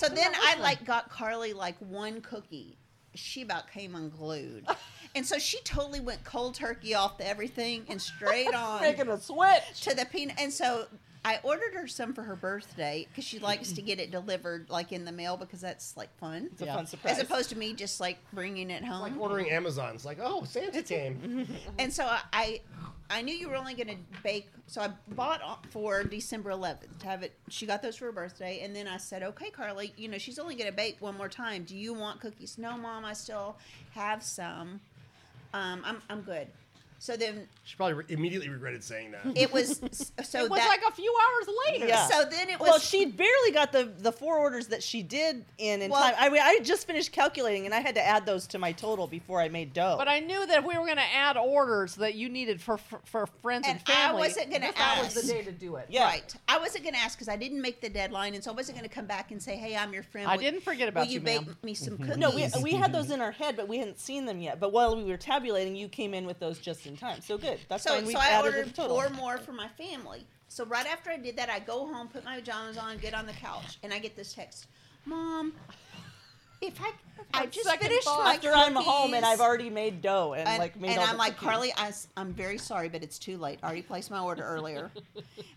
then that I look like got Carly like one cookie. She about came unglued. and so she totally went cold turkey off to everything and straight on making a switch. to the peanut. And so I ordered her some for her birthday because she likes to get it delivered like in the mail because that's like fun. It's a Yeah. fun As surprise. As opposed to me just like bringing it home. Like ordering Amazon. It's like, oh, Santa came. and so I- I, I knew you were only going to bake. So I bought o- for December 11th to have it. She got those for her birthday, and then I said, "Okay, Carly, you know she's only going to bake one more time. Do you want cookies? No, Mom, I still have some. Um, I'm I'm good." So then She probably re- immediately regretted saying that. it was so It was that. like a few hours later. Yeah. so then it was Well, she barely got the the four orders that she did in in Well- time. I mean, I had just finished calculating, and I had to add those to my total before I made dough. But I knew that if we were going to add orders that you needed for for, for friends and, And I family. wasn't gonna this hour was ask. the day to do it. Yeah. Right. I wasn't going to ask because I didn't make the deadline, and so I wasn't going to come back and say, "Hey, I'm your friend." I Will- didn't forget about will you, you bake ma'am." me some cookies? no, we, we had those in our head, but we hadn't seen them yet. But while we were tabulating, you came in with those just in time. So good. That's So, fine. We so I added to ordered the total. four more for my family. So right after I did that, I go home, put my pajamas on, get on the couch, and I get this text, Mom. If I, I just second finished thought. my After I'm home and cookies." I've already made dough and, and, like made and all I'm the like cookies. Carly, I, am very sorry, but it's too late. I already placed my order earlier,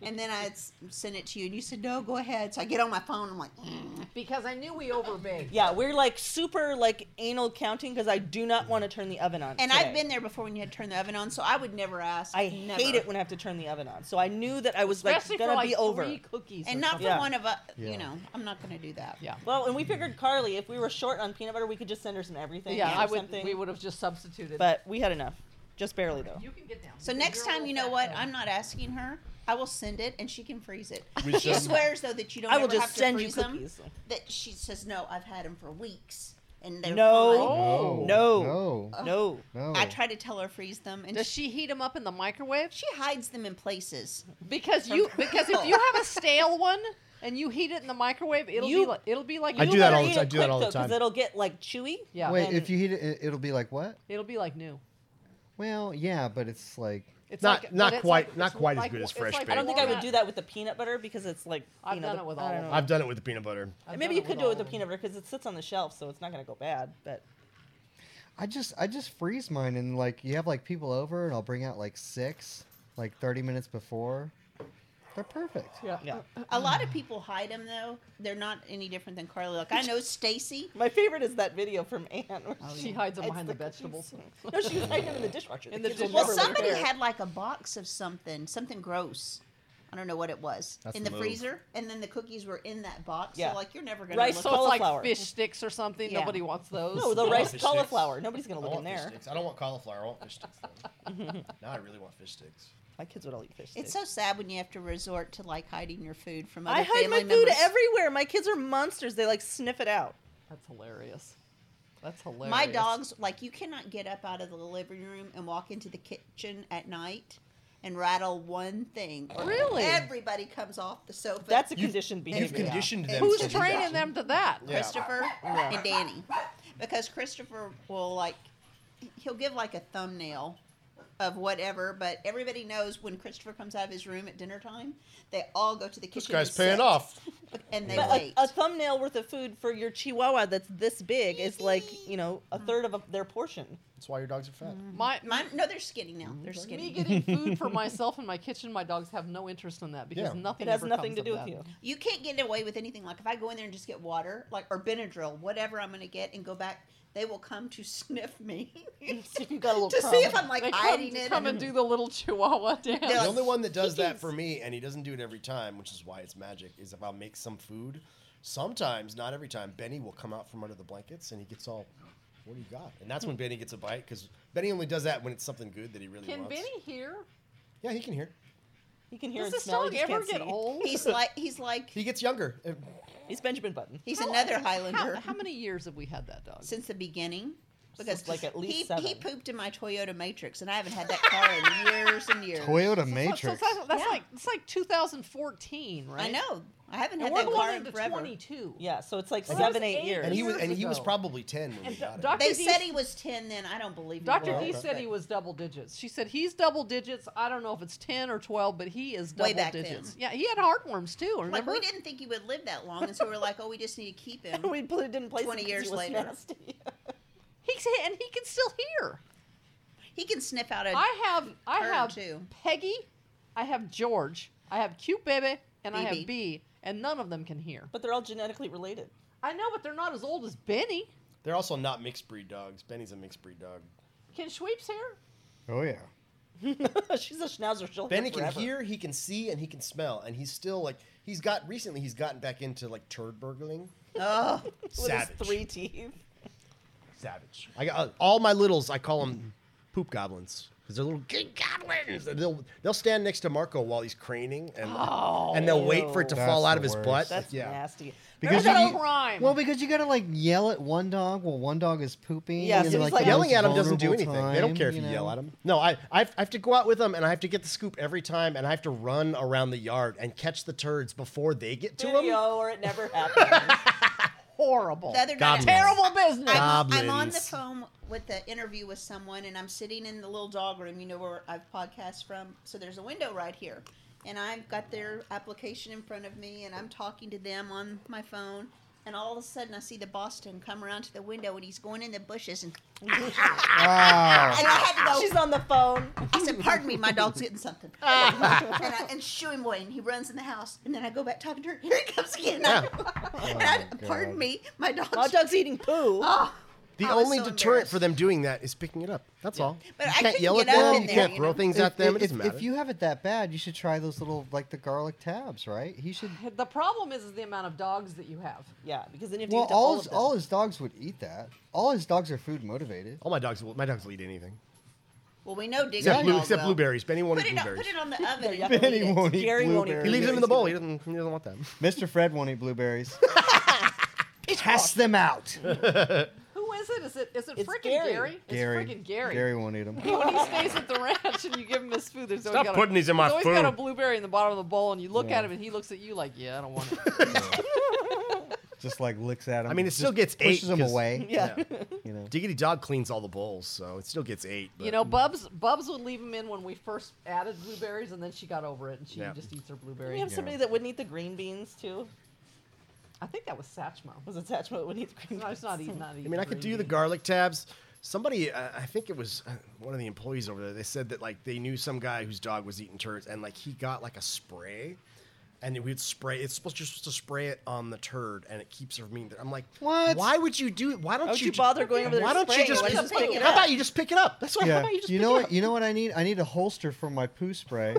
and then I had s- sent it to you, and you said no, go ahead. So I get on my phone. I'm like, "Mm." Because I knew we overbaked. Yeah, we're like super like anal counting because I do not want to turn the oven on. and today. I've been there before when you had to turn the oven on, so I would never ask. I never. hate it when I have to turn the oven on. So I knew that I was Especially like gonna for like be over. three cookies. and or not for something. Yeah. one of us. Yeah. You know, I'm not going to do that. Yeah. Well, and we figured Carly, if we were short on peanut butter, we could just send her some everything. Yeah, or I would. Something. We would have just substituted. But we had enough, just barely though. you can get down. So next time, you know what? I'm not asking her. I will send it, and she can freeze it. We She should- swears though that you don't. I will ever just have to send you freeze 'em, cookies. That she says no. I've had them for weeks, and they're No. Oh. No. No. No. No. Oh. Fine. I try to tell her freeze them, and Does she, she heat them up in the microwave? she hides them in places. Because you because if you have a stale one and you heat it in the microwave, it'll You- be like, it'll be like I You do that better all the eat ti- it I do that quick, all the though, 'cause time. It'll get like chewy. Yeah. Wait, and- if you heat it, it, it'll be like what? it'll be like new. Well, yeah, but it's like It's Not- like, not but it's quite- like- not it's quite as like- good as it's fresh like baked. I don't think I would walnut. do that with the peanut butter because it's like I've you know, done the- it with I all don't of know. them. I've done it with the peanut butter. I've Maybe done you could do it with the all. peanut butter because it sits on the shelf, so it's not gonna go bad. But I just I just freeze mine and like you have like people over and I'll bring out like six like 30 minutes before. They're perfect. Yeah. yeah, A lot of people hide them though. They're not any different than Carly. Like I know Stacy. my favorite is that video from Anne. Where Oh, She hides them hides behind the cookies. vegetables. no, she was hiding them in the dishwasher. In the kids will Well, dishwasher. never look somebody there. had like a box of something, something gross. I don't know what it was That's in the the move. freezer, and then the cookies were in that box. Yeah. So like you're never gonna Rice look So it's Cauliflower. like fish sticks or something. Yeah. Nobody wants those. No, the want rice fish sticks. cauliflower. Nobody's gonna look in there. I don't want cauliflower. I want fish sticks. now I really want fish sticks. My kids would all eat fish sticks. It's so sad when you have to resort to like hiding your food from other I hide family my members. food everywhere. My kids are monsters. They like sniff it out. That's hilarious. That's hilarious. My dogs like you cannot get up out of the living room and walk into the kitchen at night and rattle one thing. or Really? Everybody comes off the sofa. That's a You- conditioned You've behavior. conditioned them. Who's to do training that. them to that? Yeah. Christopher and Danny. Because Christopher will like he'll give like a thumbnail of whatever, but everybody knows when Christopher comes out of his room at dinner time, they all go to the This kitchen. guy's and paying sit, off. And they But wait. a, a thumbnail worth of food for your Chihuahua that's this big is like you know a third of a, their portion. That's why your dogs are fat. My, Mine, no, they're skinny now. They're me skinny. getting food for myself in my kitchen, my dogs have no interest in that because Yeah. nothing. It has ever nothing comes to of do with that. you. You can't get away with anything. Like if I go in there and just get water, like or Benadryl, whatever I'm gonna get, and go back, they will come to sniff me See if you got a little to crumb. see if I'm like They hiding come, it. come and do the little chihuahua They're dance. The like- only one that does that for me, and he doesn't do it every time, which is why it's magic, is if I'll make some food. Sometimes, not every time, Benny will come out from under the blankets and he gets all, What do you got? And that's when Benny gets a bite because Benny only does that when it's something good that he really Can wants. Benny hear? Yeah, he can hear. You can hear Does and this smell. dog you just ever can't get see. old? He's like he's like He gets younger. Uh, He's Benjamin Button. he's How- another how- Highlander. How, many years have we had that dog? since the beginning because Since, like, at least he, he seven. pooped in my Toyota Matrix and I haven't had that car in years and years. Toyota So- so- so Matrix. that's Yeah. like it's like 2014, right? I know. I haven't And had we're that car going in into forever. 22. Yeah, so it's like Well, seven, that was eight eight years. And he was Years and he was ago. probably ten when we And got it. Dr. They D said he was ten then. I don't believe. Dr. Well, D that- said he was double digits. She said he's double digits. I don't know if it's 10 or 12, but he is double Way back digits. then. Yeah, he had heartworms too. Remember? Like we didn't think he would live that long, and so we're like, oh, we just need to keep him. we pl- didn't place 20 him 'cause years he was later. nasty. He's and he can still hear. He can sniff out a. I have I Her have too. Peggy, I have George, I have cute baby, and I BB. have B, and none of them can hear. but they're all genetically related. I know, but they're not as old as Benny. They're also not mixed breed dogs. Benny's a mixed breed dog. Can Sweeps hear? Oh yeah. She's a schnauzer. She'll Benny live can forever. hear, he can see, and he can smell, and he's still like he's got recently. He's gotten back into like turd burgling. oh, with savage, his three teeth. savage. I got uh, all my littles. I call them poop goblins because they're little gig goblins. And they'll they'll stand next to Marco while he's craning, and and they'll wait for it to That's fall out the of his worst. butt. Oh. That's yeah. nasty. Because Remember you- that No old- rhyme. Well, because you gotta like yell at one dog while one dog is pooping. Yeah, and so they're, it's like, like- the Yelling most at them doesn't do anything. vulnerable they don't care if time, you yell know? at them. No, I, I've, I have to go out with them, and I have to get the scoop every time, and I have to run around the yard and catch the turds before they get to them. video or it never happened. horrible. the other night. Goblins. Terrible business. I'm, I'm on the Goblins. phone with the interview with someone, and I'm sitting in the little dog room. You know where I've podcast from. So there's a window right here, and I've got their application in front of me, and I'm talking to them on my phone. And all of a sudden, I see the Boston come around to the window, and he's going in the bushes, and, Wow. and I had to go. She's on the phone. I said, "Pardon me, my dog's getting something," and, I, and shoo him away. And he runs in the house, and then I go back talking to her. Here he comes again. Yeah. and I, Oh, pardon God. me, my dog's. My dog's eating poo. Oh, The I was only so deterrent for embarrassed. them doing that is picking it up. That's all. But you I can't couldn't yell at get up them. in You there, can't you throw know? things If- at them. If, It doesn't if matter. you have it that bad, you should try those little like the garlic tabs, right? He should. Uh, The problem is, is the amount of dogs that you have. Yeah, because then you have to Well, eat all, all of his, them. all his dogs would eat that. All his dogs are food motivated. all my dogs will. My dogs will eat anything Well, we know Digger. except, blue, dog except will. blueberries. Benny won't Put eat it, on, put blueberries. it on the oven. Yeah, and Benny eat it. won't eat Gary won't eat blueberries. He leaves them in blueberries the bowl. He either. doesn't. He doesn't want them. Mr. Fred won't eat blueberries. Pass them out. Who is it? Is it is it It's freaking Gary. Gary? Gary. It's freaking Gary. Gary won't eat them. When he stays at the ranch and you give him his food, there's always Stop got putting a, these in my he's always got a food. blueberry in the bottom of the bowl, and you look Yeah. at him, and he looks at you like, "Yeah, I don't want it." Just like licks at him. I mean, it still gets eight. pushes them 'cause- away. Yeah. You know. Diggity dog cleans all the bowls, so it still gets eight. but- You know, Bubs Bubs would leave them in when we first added blueberries, and then she got over it, and she Yeah. just eats her We blueberry. have somebody that wouldn't eat the green beans too. I think that was Satchmo. Was it Satchmo that wouldn't eat the green No, beans? it's not eating. Not eating I mean, I could do the garlic tabs. Somebody, uh, I think it was uh, one of the employees over there. They said that like they knew some guy whose dog was eating turds, and like he got like a spray, and we'd spray. It's supposed you're supposed to spray it on the turd, and it keeps her from eating. there. I'm like, What? Why would you do it? Why don't Why would you ju- bother going over there Why don't you spraying just it? Why pick, don't you pick it it up? How up? about you just pick it up? That's what. How Yeah. about you just You pick know it up? what? You know what I need? I need a holster for my poo spray,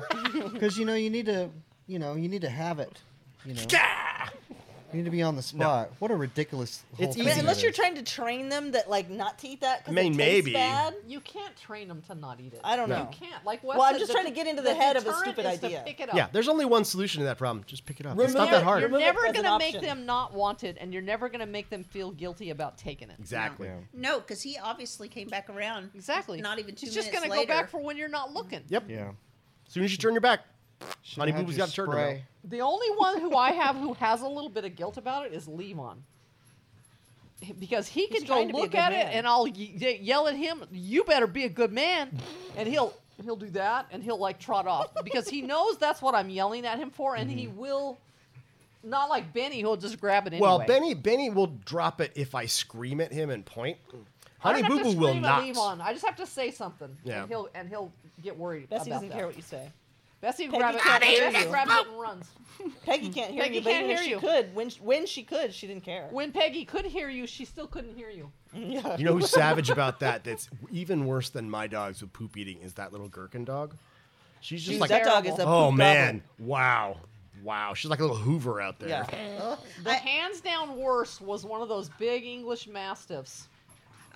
because you know you need to, you know, you need to have it. You know, you need to be on the spot. What a ridiculous. whole It's thing Yeah, easy. that unless is. you're trying to train them that like not to eat that. 'cause I mean, it tastes maybe. Bad. You can't train them to not eat it. I don't No. know. You can't. Like Wes Well, I'm said, just the trying to de- get into the the head of a deterrent stupid is to idea. pick it up. Yeah, there's only one solution to that problem. Just pick it up. it's not Remove that it. hard. You're Remove it never as an gonna make option. them not want it, and you're never gonna make them feel guilty about taking it. Exactly. Yeah. No, because he obviously came back around. Exactly. Not even two It's minutes just gonna later. go back for when you're not looking. Yep. Yeah. As soon as you turn your back, Should Honey have Boo Boo's your got a turd in her spray. mouth. The only one who I have who has a little bit of guilt about it is Levon. Because he He's can go trying to be a look good at man. it and I'll ye- ye- yell at him, "You better be a good man," and he'll he'll do that and he'll like trot off because he knows that's what I'm yelling at him for, and Mm-hmm. he will. Not like Benny, who'll just grab it anyway. Well, Benny Benny will drop it if I scream at him and point. I Honey don't have Boo to Boo will scream not. at Levon. I just have to say something, Yeah. and he'll and he'll get worried. Bessie about doesn't that. care what you say. Bessie Peggy grab it. can't hear Bessie you. grabs it and runs. Peggy can't hear Peggy you. but can't even if hear she you. Could when she, when she could, she didn't care. When Peggy could hear you, she still couldn't hear you. yeah. You know who's savage about that? That's even worse than my dogs with poop eating is that little gherkin dog. She's just She's- like, that dog is a oh poop man, wow, wow. She's like a little Hoover out there. goblin. Yeah. The I- hands down worst was one of those big English mastiffs,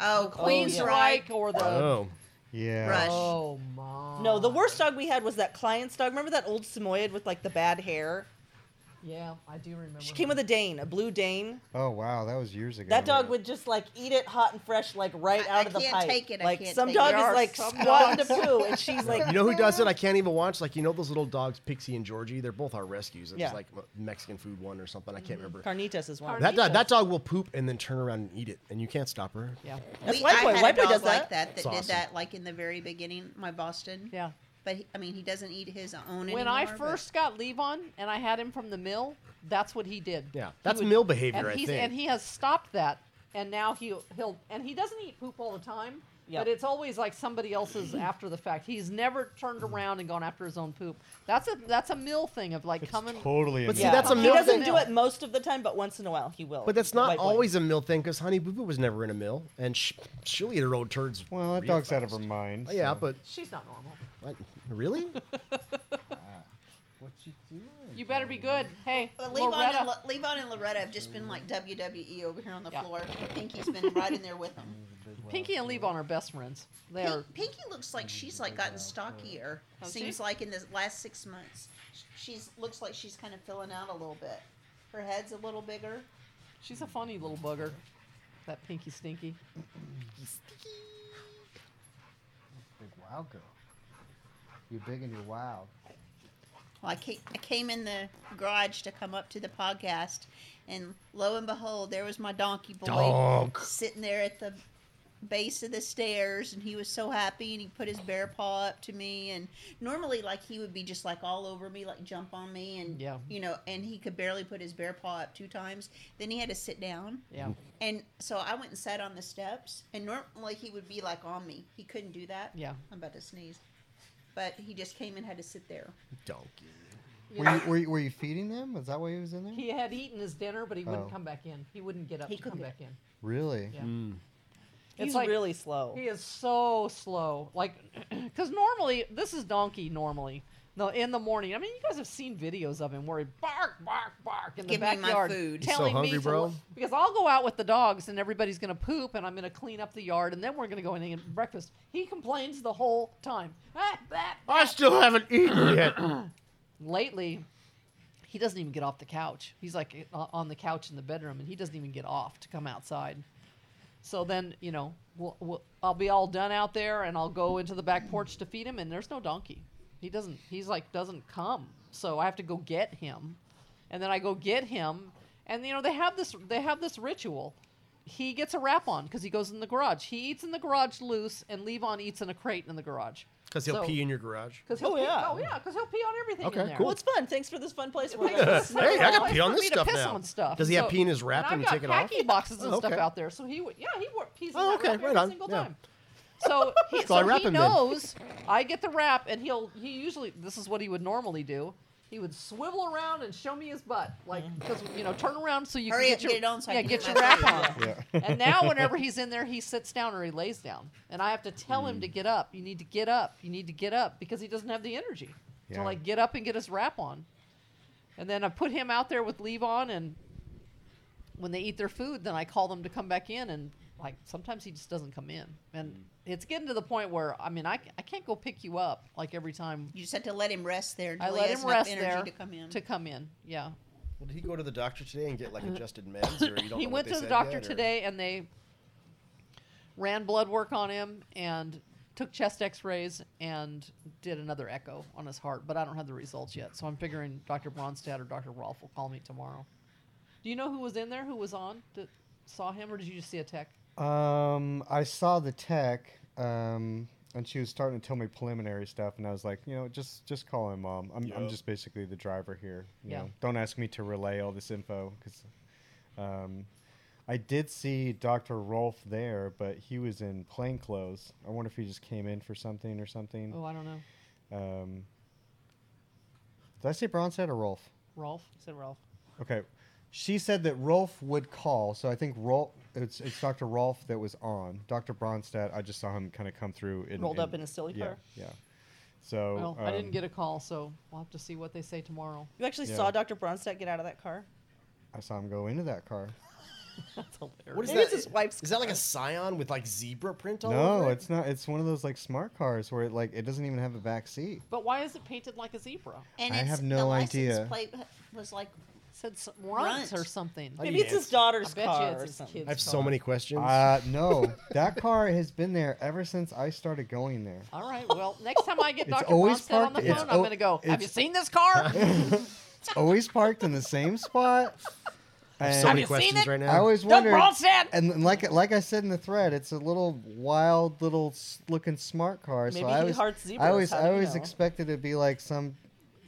Oh, Queen's yeah. right. Queensryche or the. Oh, Yeah. Rush. Oh my! No, the worst dog we had was that client's dog. Remember that old Samoyed with like the bad hair? Yeah, I do remember. She came with a Dane, a blue Dane. Oh wow, that was years ago. That dog would just like eat it hot and fresh, like right I- I out of the can't pipe. take it, I Like can't some take it. dog There is are like some squatting to poo, and she's like, You know who does it? I can't even watch. Like you know those little dogs, Pixie and Georgie. They're both our rescues. It Yeah. Mm-hmm. was like m- Mexican food one or something. I can't remember. Carnitas is one. of That them. dog, that dog will poop and then turn around and eat it, and you can't stop her. Yeah, That's We- White I Boy. had White a Boy dog does like that that. that It's did awesome. that like in the very beginning. My Boston. yeah. But he, I mean, he doesn't eat his own anymore. When I but- first got Levon and I had him from the mill, that's what he did. Yeah, He that's would- mill behavior, and I he's, think. And he has stopped that, and now he he'll and he doesn't eat poop all the time. Yep. But it's always like somebody else's after the fact. He's never turned around and gone after his own poop. That's a that's a mill thing of like coming. totally. But see, amazing. that's a he milk doesn't thing. do it most of the time, but once in a while he will. But that's The not white boy. always a mill thing, because Honey Boo Boo was never in a mill, and sh- she'll eat her old turds. well, that real dog's out of fast. her mind. Oh, Yeah, so- but She's not normal. what? really? What you doing? You better be good. Hey, But Levon Loretta. and, Le- Levon and Loretta have just been like WWE over here on the Yeah. floor. Pinky's been right in there with them. Pinky and Levon are best friends. They are. Oh, Pink, Pinky looks like she's like gotten stockier. Has seems she? like in the last six months, she's looks like she's kind of filling out a little bit. Her head's a little bigger. She's a funny little bugger. That Pinky Stinky. Big wow girl. You're big and you're wild. Well, I came, I came in the garage to come up to the podcast, and lo and behold, there was my donkey boy Dog. sitting there at the base of the stairs, and he was so happy, and he put his bear paw up to me, and normally, like he would be just like all over me, like jump on me, and Yeah. you know, and he could barely put his bear paw up two times. Then he had to sit down, Yeah. and so I went and sat on the steps, and normally he would be like on me. He couldn't do that. Yeah. I'm about to sneeze, but he just came and had to sit there. Donkey. Were you, were, you, were you feeding them? Is that why he was in there? He had eaten his dinner, but he wouldn't Oh. Mm. come back in. He wouldn't get up He to come couldn't. back in. really? Yeah. It's He's like- really slow. He is so slow. Like, because normally, this is Donkey normally. No, in the morning. I mean, you guys have seen videos of him where he bark, bark, bark in Give the me my backyard, food. He's so telling hungry, me to bro. look- because I'll go out with the dogs and everybody's gonna poop and I'm gonna clean up the yard and then we're gonna go in and get breakfast. He complains the whole time. Ah, bah, bah. I still haven't eaten yet. Lately, he doesn't even get off the couch. He's like o- on the couch in the bedroom and he doesn't even get off to come outside. So then, you know, we'll, we'll, I'll be all done out there, and I'll go into the back porch to feed him, and there's no donkey. He doesn't. He's like doesn't come. So I have to go get him, and then I go get him, and you know they have this they have this ritual. He gets a wrap on because he goes in the garage. He eats in the garage loose, and Levon eats in a crate in the garage. Because he'll So- pee in your garage. Because he'll Oh, pee, yeah. oh yeah, because he'll pee on everything Okay, in there. cool. Well, it's fun. Thanks for this fun place. Where Hey, like, Hey, I Well, can it's pee on for this me to stuff piss now. on stuff. Does he have pee in his wrap and and I've we got take it off? packing boxes and Oh, stuff okay. out there. So he, would- yeah, he wore pees in Oh, that okay, wrap right every on, single yeah. time. So he, So I so wrap he him then. knows I get the wrap, and he'll he usually this is what he would normally do. He would swivel around and show me his butt, like because you know turn around so you Mm. Hurry can up, get your get it on so I yeah can get get your my wrap food. on. Yeah. And now whenever he's in there, he sits down or he lays down, and I have to tell Mm. him to get up. You need to get up. You need to get up because he doesn't have the energy Yeah. to like get up and get his wrap on. And then I put him out there with Levon, and when they eat their food, then I call them to come back in, and like sometimes he just doesn't come in, and Mm. it's getting to the point where I mean I, I can't go pick you up like every time. You just have to let him rest there. Until I he let has him enough rest energy there to come in. to come in. Yeah, Well, did he go to the doctor today and get like adjusted meds? Or you don't Uh, he know what went they to the said doctor yet, or- today and they ran blood work on him and took chest x-rays and did another echo on his heart but i don't have the results yet so i'm figuring dr bronstadt or dr rolfe will call me tomorrow do you know who was in there who was on that saw him or did you just see a tech Um, I saw the tech, um, and she was starting to tell me preliminary stuff, and I was like, you know, just just call him, mom. I'm, I'm Yeah. just basically the driver here. You Yeah. know, don't ask me to relay all this info because, um, I did see Doctor Rolf there, but he was in plain clothes. I wonder if he just came in for something or something. oh i don't know Um, did I say Bronstead or Rolf? rolfe said rolfe Okay. She said that Rolf would call, so I think Rolf. It's it's Dr. Rolf that was on. Dr. Bronstadt. I just saw him kind of come through. In, Rolled up in his silly yeah, car. Yeah. So well i didn't um, get a call so we'll have to see what they say tomorrow You actually Yeah. saw Dr. Bronstadt get out of that car? I saw him go into that car. That's hilarious. What is Maybe that? it's his wife's Is that like a Scion with like zebra print all over No, it? it's not. It's one of those like smart cars where it like it doesn't even have a back seat. But why is it painted like a zebra? And I it's, have the no license idea. plate was like It said some runt, Runt. or something. I- Maybe it's his Yes. daughter's I bet you car it's or his something. kid's I have so many questions. Uh, no, that car has been there ever since I started going there. All right. Well, next time I get It's Dr. always Ronstadt on parked- the phone, it's I'm o- going to go, have it's- you seen this car? it's always parked in the same spot. I have And so many you seen questions it? right now. I always Doug wondered. Ronstadt! And and like like I said in the thread, it's a little wild, little s- looking smart car. so Maybe I he always, hearts I zebras, always, how I do you always know? expected it to be like some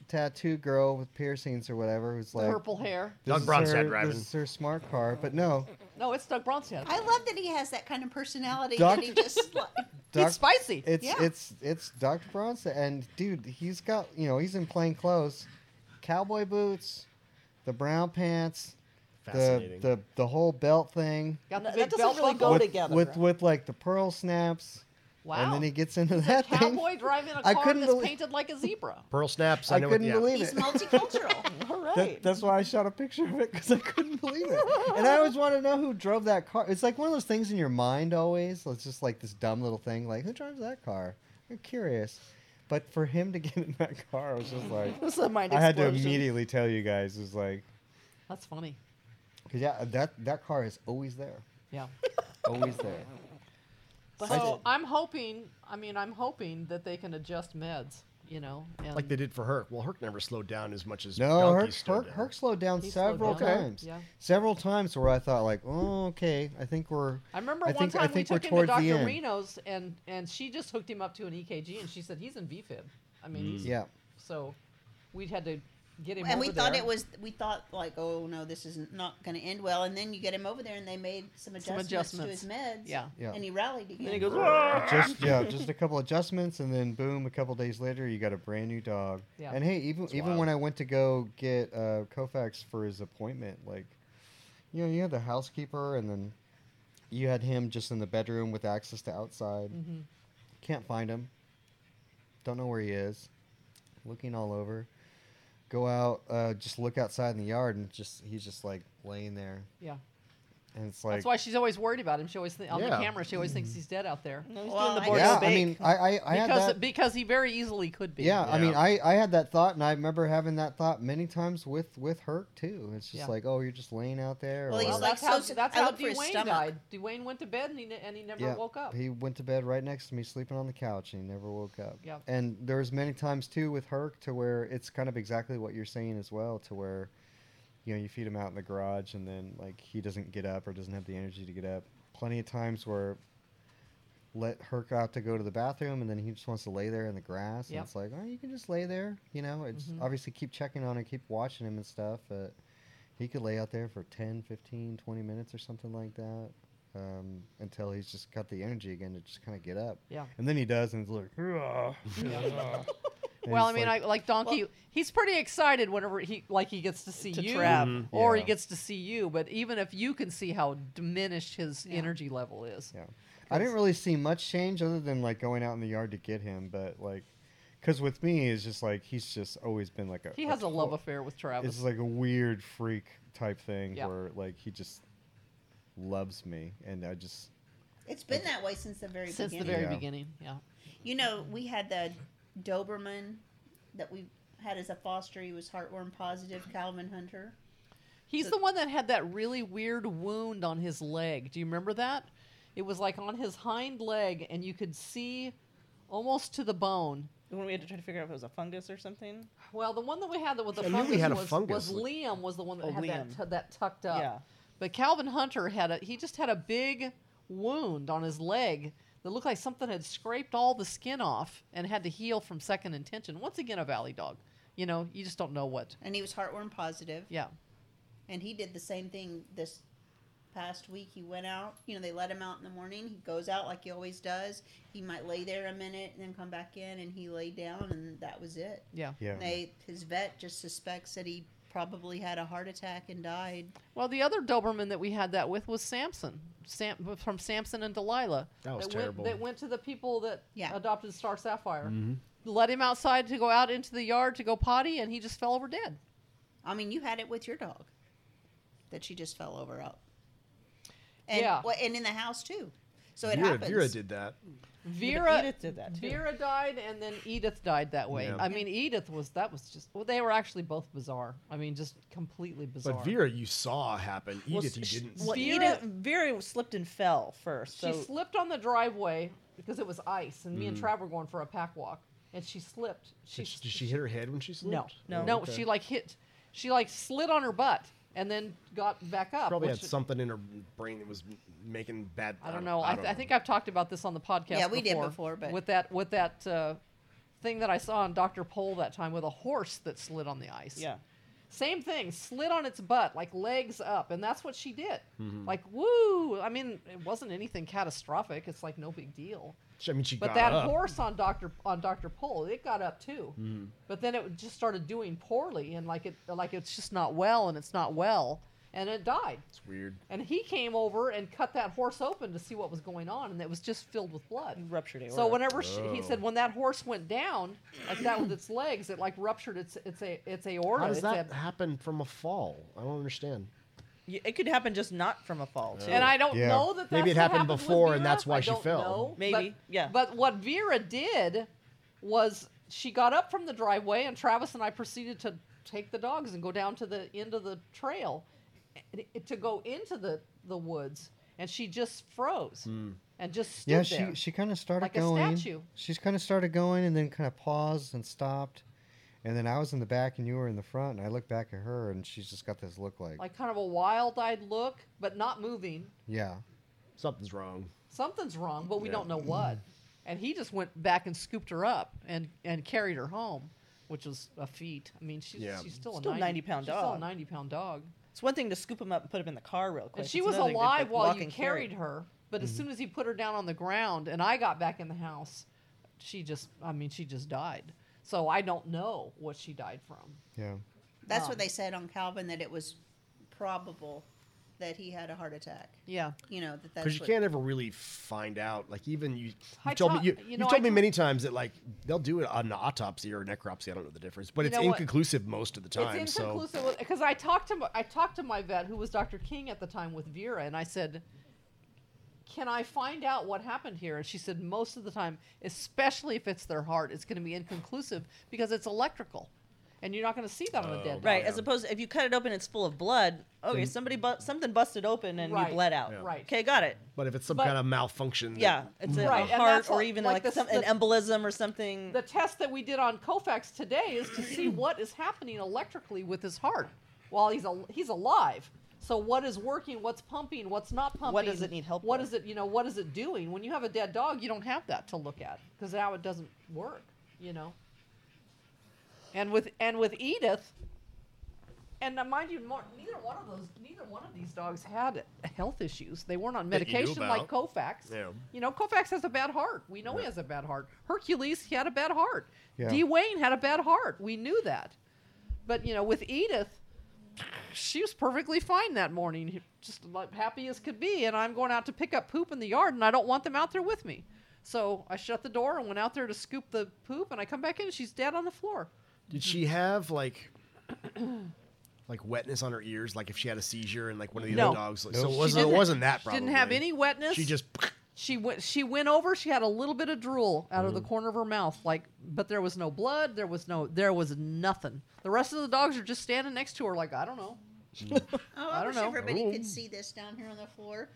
tattoo girl with piercings or whatever who's like Purple hair. this Doug is Bronstadt her- driving. This is her smart car, but no, No, it's Doug Bronstadt. I love that he has that kind of personality Doc- that he just like, Doc- He's spicy. It's Yeah. it's it's Dr. Bronson, and dude, he's got you know he's in plain clothes, cowboy boots, the brown pants, the Fascinating. the the whole belt thing Got the That big doesn't belt really buckle. go with together, with right? with like the pearl snaps, Wow. and then he gets into a that thing. cowboy driving a I car couldn't that's belie- painted like a zebra. Pearl snaps. I, I know couldn't what, uh, yeah. believe he's it. multicultural. All right. That, that's why I shot a picture of it because I couldn't believe it, and I always wanted to know who drove that car. It's like one of those things in your mind always. It's just like this dumb little thing, like who drives that car? I'm curious, but for him to get in that car, I was just like. It was a mind I had to explosion. immediately tell you guys is like, That's funny. because yeah, that that car is always there, Yeah. always there. So I'm hoping, I mean, I'm hoping that they can adjust meds, you know. And Like they did for Herc. Well, Herc never slowed down as much as No, Donkey Herc, slowed Herc, down. Herc slowed down He slowed several down. Okay. times. Yeah. Several times where I thought like, oh, okay, I think we're. I remember I one think- I time think we we're took him to towards the Dr. end. Reno's and, and she just hooked him up to an EKG and she said, he's in VFib. I mean, he's, Yeah, so we'd had to get him and we over thought there. it was we thought like oh no this is not going to end well and then you get him over there and they made some adjustments, adjustments. to his meds Yeah. Yeah. and he rallied again And he goes, "Whoa." just yeah, just a couple adjustments, and then boom, a couple days later, you got a brand new dog. Yeah. And hey, even even wild. when I went to go get uh, Kofax for his appointment, like, you know, you had the housekeeper, and then you had him just in the bedroom with access to outside. Mm-hmm. Can't find him. Don't know where he is. Looking all over. Go out, uh, just look outside in the yard, and just he's just like laying there, Yeah. and it's like That's why she's always worried about him. She always th- on the Yeah. camera. She always thinks he's dead out there No, he's Well, doing the I Bordeaux yeah. I bake. mean, I I, I had because that. because he very easily could be. Yeah, I mean, Yeah. I, I had that thought, and I remember having that thought many times with with Herc too. It's just Yeah. like, oh, you're just laying out there. Well, or- he's Well, like, that's how so- that's I how look for his Dwayne stomach. died. Dwayne went to bed and he, ne- and he never Yeah, woke up. He went to bed right next to me, sleeping on the couch, and he never woke up. Yeah. And there was many times too with Herc to where it's kind of exactly what you're saying as well, to where, you know, you feed him out in the garage, and then like he doesn't get up or doesn't have the energy to get up. Plenty of times where. Let Herc out to go to the bathroom, and then he just wants to lay there in the grass. Yep. And it's like, oh, you can just lay there, you know. It's Mhm. obviously keep checking on him, keep watching him and stuff, but he could lay out there for 10 15 20 minutes or something like that um, until he's just got the energy again to just kind of get up Yeah. and then he does and he's like "Hurrah." And Well, I it's mean, like, I like Donkey. he's pretty excited whenever he like he gets to see To you, Trav. Mhm. or he Mm-hmm. Yeah. gets to see you. But even if you can see how diminished his Yeah. energy level is, yeah i didn't really see much change other than like going out in the yard to get him but like because with me it's just like he's just always been like a he has a love to- affair with Travis. it's like a weird freak type thing Yeah. where like he just loves me and i just it's been that way since the very since beginning the very Yeah. beginning. Yeah. you know we had the doberman that we had as a foster he was heartworm positive calvin hunter He's The- the one that had that really weird wound on his leg. Do you remember that? It was like on his hind leg, and you could see almost to the bone. when we had to try to figure out if it was a fungus or something. Well, the one that we had that was the I knew we fungus, had a was, fungus. was Liam was the one that Oh, had that, Liam. tu- that tucked up. Yeah. But Calvin Hunter had a he just had a big wound on his leg that looked like something had scraped all the skin off and had to heal from second intention. Once again, a valley dog. You know, you just don't know what. and he was heartworm positive Yeah. and he did the same thing this past week he went out you know they let him out in the morning he goes out like he always does he might lay there a minute and then come back in and he laid down and that was it Yeah. yeah they his vet just suspects that he probably had a heart attack and died Well, the other Doberman that we had that with was Samson, Sam, from Samson and Delilah. That was terrible. Went, that went to the people that Yeah. adopted Star Sapphire. Let him outside to go out into the yard to go potty, and he just fell over dead. i mean you had it with your dog that she just fell over out and Yeah. well, and in the house too. So it Vera, happens. Vera did that. Vera Edith did that, too. Vera died, and then Edith died that way. Yeah. I mean, Edith was that was just. Well, they were actually both bizarre. I mean, just completely bizarre. But Vera, you saw happen. Edith, Well, you sh- didn't. Well, Vera- Edith, Vera slipped and fell first. So she slipped on the driveway because it was ice, and me and Trav were going for a pack walk, and she slipped. She, Did she, did she hit her head when she slipped? no No. no. Okay. She like hit. She like slid on her butt and then got back up. Probably which- had something in her brain that was m- making bad. I don't know. I, th- I think I've talked about this on the podcast. Yeah, we did before, before, but- with that with that uh, thing that I saw on Doctor Pole that time with a horse that slid on the ice. yeah, Same thing, slid on its butt, like legs up, and that's what she did. Like, woo! I mean, it wasn't anything catastrophic. It's like no big deal. I mean, she But got that up. Mm-hmm. horse on Doctor on Doctor Pole, it got up too. But then it just started doing poorly, and like it like it's just not well, and it's not well, and it died. It's weird. And he came over and cut that horse open to see what was going on, and it was just filled with blood. ruptured aorta. So whenever she, he Oh. said when that horse went down, like that with its legs, it like ruptured its its a its aorta. How does its that ab- happen from a fall? I don't understand. Y- it could happen just not from a fall. Too. and I don't Yeah. know that that's Maybe it what happened with before and Vera. that's why I she don't fell. know, Maybe, but- yeah. But what Vera did was she got up from the driveway, and Travis and I proceeded to take the dogs and go down to the end of the trail and it- to go into the the woods, and she just froze Hmm. and just stood yeah, she there. she kind of started like a going. statue. She's kind of started going and then kind of paused and stopped. And then I was in the back and you were in the front and I looked back at her and she's just got this look like, like kind of a wild-eyed look, but not moving. yeah. Something's wrong. Something's wrong, but we Yeah. don't know what. And he just went back and scooped her up and, and carried her home, which was a feat. I mean, she's, Yeah. she's still, Still a 90 90-pound she's Still a dog. 90 pound dog. it's one thing to scoop him up and put him in the car real quick. and she It's was another thing to, alive like, while walk you and carry. carried her. But Mm-hmm. as soon as he put her down on the ground and I got back in the house, she just, I mean, she just died. So I don't know what she died from. Yeah. That's Um, what they said on Calvin that it was probable that he had a heart attack. Yeah. You know that that's Because you what- can't ever really find out. Like even you, I you told taught- me you, you you know, told I me taught- many times that like they'll do it on an autopsy or a necropsy. I don't know the difference, but You it's know what? inconclusive most of the time. It's so inconclusive because I talked to my, I talked to my vet who was Dr. King at the time with Vera, and I said, "Can I find out what happened here?" And she said, "Most of the time, especially if it's their heart, it's going to be inconclusive because it's electrical, and you're not going to see that on Oh, a dead dog." Right, as opposed to if you cut it open, it's full of blood. Okay, somebody bu- something busted open and Right, you bled out. Yeah. right. Okay, got it. but if it's some But- kind of malfunction, that- Yeah, it's a, a Right, and that's heart or like- even like like, the- some, the- an embolism or something. The test that we did on Koufax today is to see what is happening electrically with his heart while he's al- he's alive. So what is working? What's pumping? What's not pumping? does it need help What with? is it? You know, what is it doing? When you have a dead dog, you don't have that to look at because now it doesn't work. You know. And with and with Edith, and uh, mind you, Mark, neither one of those, neither one of these dogs had health issues. They weren't on That you knew medication like about. Koufax. Yeah. You know, Koufax has a bad heart. We know he has a bad heart. Hercules, he had a bad heart. Yeah. D. Wayne had a bad heart. We knew that. But you know, with Edith, she was perfectly fine that morning, just like happy as could be. And I'm going out to pick up poop in the yard, and I don't want them out there with me. So I shut the door and went out there to scoop the poop, and I come back in, and she's dead on the floor. Did she have like like wetness on her ears? Like if she had a seizure and like one of the No. other dogs? Like, So Nope. it She wasn't, it didn't- wasn't that She problem. didn't have any wetness. She just She went. She went over. She had a little bit of drool out of the corner of her mouth, like, but there was no blood. There was no. There was nothing. The rest of the dogs are just standing next to her, like I don't know. Oh, I I, don't wish know. Oh, everybody could see this down here on the floor.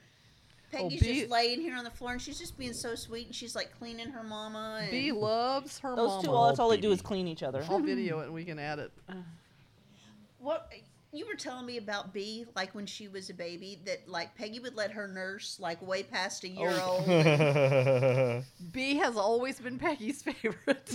Peggy's Bea- just laying here on the floor, and she's just being so sweet, and she's like cleaning her mama. And Bee loves her Those mama. two, all, that's all Uh. they do baby. is clean each other. I'll video it and we can add it. what you were telling me about Bee, like when she was a baby, that like Peggy would let her nurse like way past Oh. a year old. Bee has always been Peggy's favorite.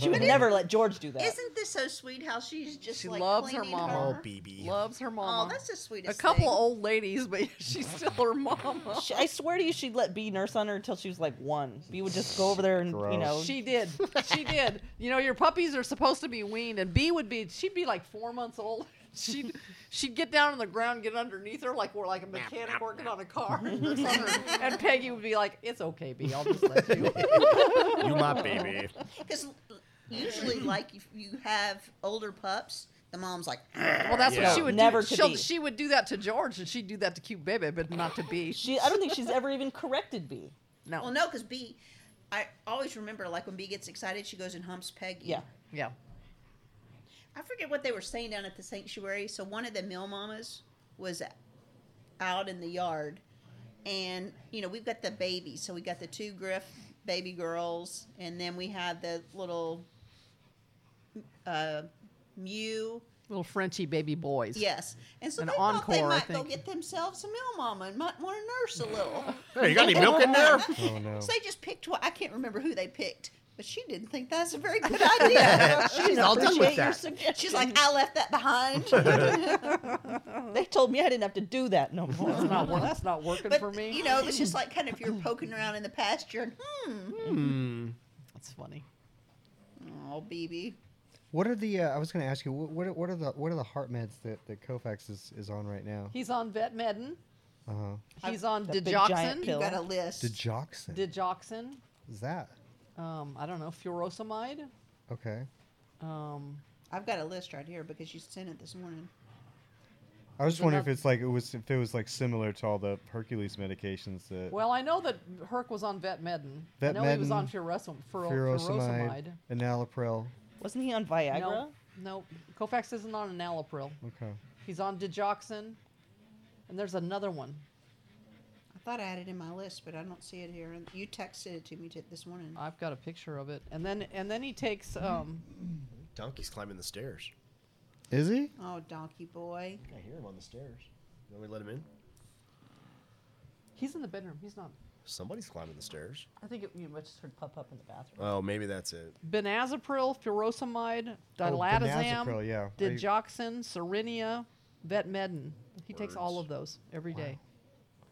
She would never let George do that. Isn't this so sweet? How she's just She like loves her cleaning mama. oh, baby. loves her Oh, mama. that's the a sweetest. couple thing. old ladies, but she's still her mama. She, I swear to you, she'd let B nurse on her until she was like one. B would just go over there and you Gross. know. She did. She did. You know, your puppies are supposed to be weaned, and Bee would be. She'd be like four months old. She'd she'd get down on the ground, get underneath her like we're like a mechanic working on a car, and, nurse on her. and Peggy would be like, "It's okay, Bee. I'll just let you." You my baby. Because usually, like if you have older pups, the the mom's like, Well, that's Yeah. what she would Never do. to She'll- be. She would do that to George, and she'd do that to cute baby, but not to B. She, uh, I don't think she's ever even corrected B. No. well, no, because B, I always remember like when B gets excited, she goes and humps Peggy. Yeah. Yeah. I forget what they were saying down at the sanctuary. So one of the mill mamas was out in the yard, and you know we've got the babies. So we got the two Griff baby girls, and then we had the little uh, Mew. Little Frenchy baby boys. Yes, and so An they thought they encore, I might go think. get themselves a mill mama and might want to nurse a little. Hey, you got any milk in there? Oh no. So they just picked. one- I can't remember who they picked, but she didn't think that's a very good idea. She's all done with Appreciate your that. suggestion. She's like, I left that behind. they told me I didn't have to do that no That's more. not, wor- that's not working But for me. you know, it was just like kind of if you're poking around in the pasture and hmm, That's funny. oh, BB. What are the? Uh, I was going to ask you. wh- What are, what are the what are the heart meds that, that Kofax is, is on right now? He's on vetmedin. Uh huh. He's on That big giant digoxin. You pill. got a list. Digoxin. Digoxin. is that Um, I don't know. Furosemide. okay? Um, I've got a list right here because you sent it this morning. I was just So wondering if that- it's like it was if it was like similar to all the Hercules medications that well, I know that Herc was on vetmedin. I know he was Vetmedin, on furosemide. furosemide, furosemide. enalapril. Wasn't he on Viagra? No, no. Kofax isn't on an Alapril. Okay. He's on digoxin. And there's another one. I thought I had it in my list, but I don't see it here. And you texted it to me t- this morning. I've got a picture of it. And then and then he takes um Donkey's climbing the stairs. Is he? Oh, donkey boy. I hear him on the stairs. You want me to let him in? he's in the bedroom. He's not Somebody's climbing the stairs. I think it, you must have heard pop up in the bathroom. Oh, maybe that's it. benazepril, furosemide, dilatazam, Oh, benazepril, yeah. I- digoxin, serenia, vetmedin. He takes all Words. of those every day.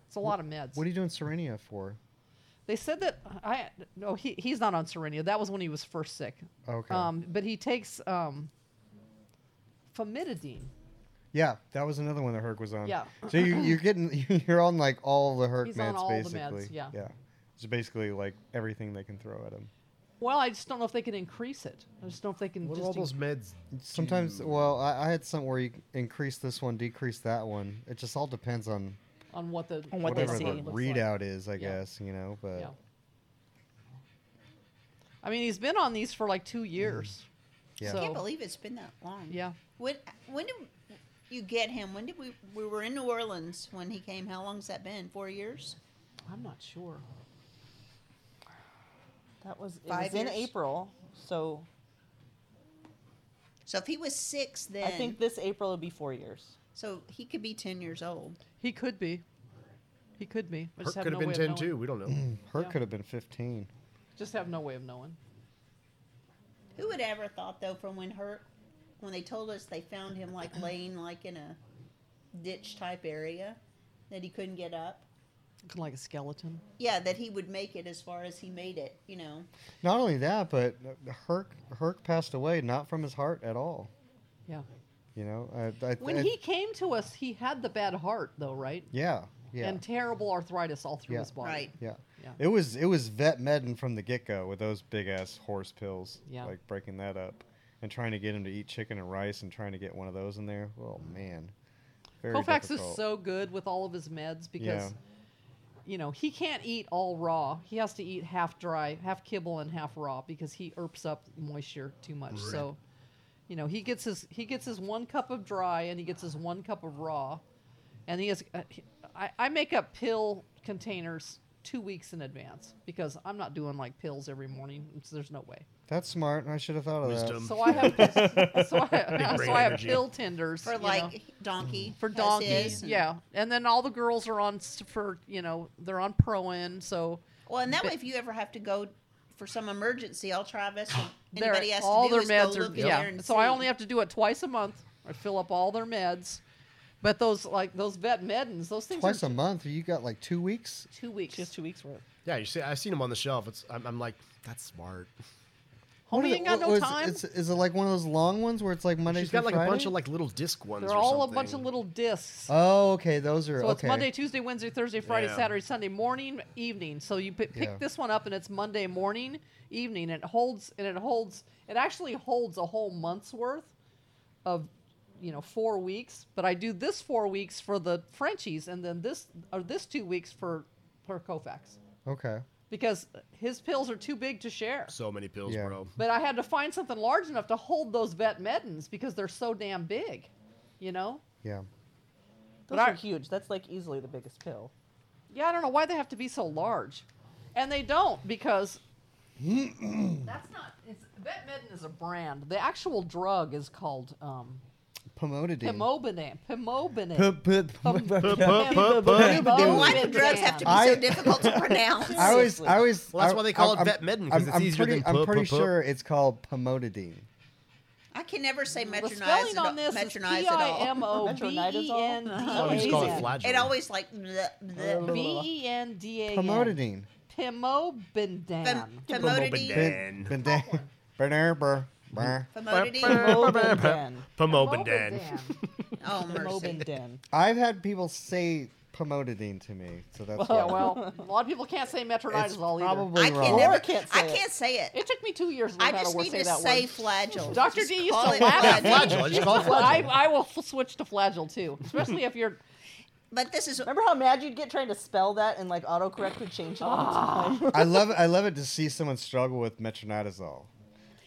It's a lot of meds. What are you doing Serenia for? They said that I no he, he's not on Serenia. That was when he was first sick. Okay. Um, but he takes um, famotidine. Yeah, that was another one that Herc was on. Yeah. So you, you're getting you're on like all the Herc He's meds on all the meds, basically. yeah. Yeah. It's basically like everything they can throw at him. Well, I just don't know if they can increase it. I just don't know if they can What do just all in- those meds? Sometimes, do? well, I, I had some where you increase this one, decrease that one. It just all depends on on what the On what they whatever see. the looks like. readout is, I Yeah. guess. You know, but Yeah. I mean, he's been on these for like two years. Mm-hmm. Yeah. I So, can't believe it's been that long. yeah. When when did you get him? When did we we were in New Orleans when he came? How long's that been? Four years? I'm not sure. That was, it Five was in years? April, so So if he was six then, I think this April would be four years. so he could be ten years old. He could be. He could be. I Herc just have could no have been way of 10 knowing. Mm. too. We don't know. Herc Yeah. could have been 15. Just have no way of knowing. Who would ever thought though from when her when they told us they found him like laying like in a ditch type area that he couldn't get up? Looking like a skeleton. Yeah, that he would make it as far as he made it, you know. Not only that, but Herc Herc passed away not from his heart at all. Yeah. You know, I, I, When I- he came to us, he had the bad heart, though, right? yeah yeah And terrible arthritis all through Yeah. his body. Right. yeah. Yeah. It was it was vet medin from the get go with those big ass horse pills. Yeah. Like breaking that up and trying to get him to eat chicken and rice and trying to get one of those in there. Oh man. Very Kofax difficult. Mm. is so good with all of his meds because, Yeah. you know, he can't eat all raw. He has to eat half dry, half kibble, and half raw because he erps up moisture too much. So, you know, he gets his he gets his one cup of dry and he gets his one cup of raw, and he has. Uh, he- I, I make up pill containers two weeks in advance because I'm not doing like pills every morning. So there's no way. That's smart. I should have thought of Wisdom. So I have so I, brain so I have energy. pill tenders For you know like Mm-hmm. donkey. for has donkeys. his, and- Yeah, and then all the girls are on s- for you know they're on Proen, so Well, and that But- way, if you ever have to go for some emergency, I'll try best. they're- Anybody has to all do their is meds go are look in yeah. there and so I see. only have to do it twice a month. I fill up all their meds, but those like those vet medins, those that. things Twice are a month, you got like two weeks. two weeks. Just two weeks worth. yeah, you see, I've seen him on the shelf. It's, I'm, I'm like, that's smart. What Homie is ain't got what- no is- time. Is, is it like one of those long ones where it's like Monday She's got through like a bunch Friday? of like little disc ones. they're or all a something. bunch of little discs. Oh, okay. Those are so it's okay. Monday, Tuesday, Wednesday, Thursday, Friday, Yeah. Saturday, Sunday morning, evening. So you p- pick Yeah. this one up, and it's Monday morning, evening. and It holds, and it holds. It actually holds a whole month's worth of you know four weeks, but I do this four weeks for the Frenchies, and then this or this two weeks for for Koufax Okay. because his pills are too big to share. So many pills, Yeah. bro. But I had to find something large enough to hold those vet medins because they're so damn big, you know. Yeah. Those But I- are huge. That's like easily the biggest pill. Yeah, I don't know why they have to be so large, and they don't because that's not. It's, vet medin is a brand. The actual drug is called um, Pomodidine. pimobenam. Pimobenam. P- p- p- Why do drugs have to be I- so difficult to pronounce? I always, I always. Well, that's I- why they call I'm- it vet medin, 'cause I'm- it's I'm easier pretty- than pup, I'm pretty pup, pup. sure it's called pomodidine. I can never say The metronized spelling at, all- on this is metronized at all. Oh, we just call it P-I-M-O-B-E-N-D-I-N. flagyl. It always like bleh, bleh. V-E-N-D-A-N. Pomodidine. Pimobendan. Fem- Famotidine. Famotidine. Ben. Ben- Ben- Berner- Ber- Ber. Famotidine. Pomobindan. Pimobendan. Oh mercy. Pomobindan. I've had people say pomodidine to me, so that's Yeah, why. well, a lot of people can't say it's metronidazole either. probably I wrong. can never. Laura can't I say it. can't say it. It took me two years to I learn how to just word, need say to that say word. flagell. Dr. Just D used call to it laugh at flagell. Flagel. I just call it I, flagel. I will f- switch to flagell too, especially if you're. But this is Remember how mad you'd get trying to spell that and like autocorrect would change it all the time? I love it. I love it to see someone struggle with metronidazole.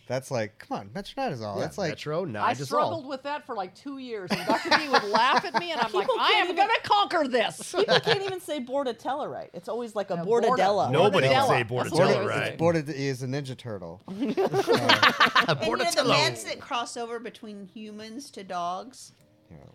That's like, come on, metronidazole. that's like, Metro, I Nidazole. struggled with that for like two years, and Dr. D would laugh at me, and I'm like, People I can't am even- going to conquer this. People can't even say bordetella right. It's always like a Yeah, borda- bordadella. Nobody can Bordadella. say That's Borda, Borda- Bordadella, right? Borda is a ninja turtle. and you know, the Bordatello. meds that cross over between humans to dogs,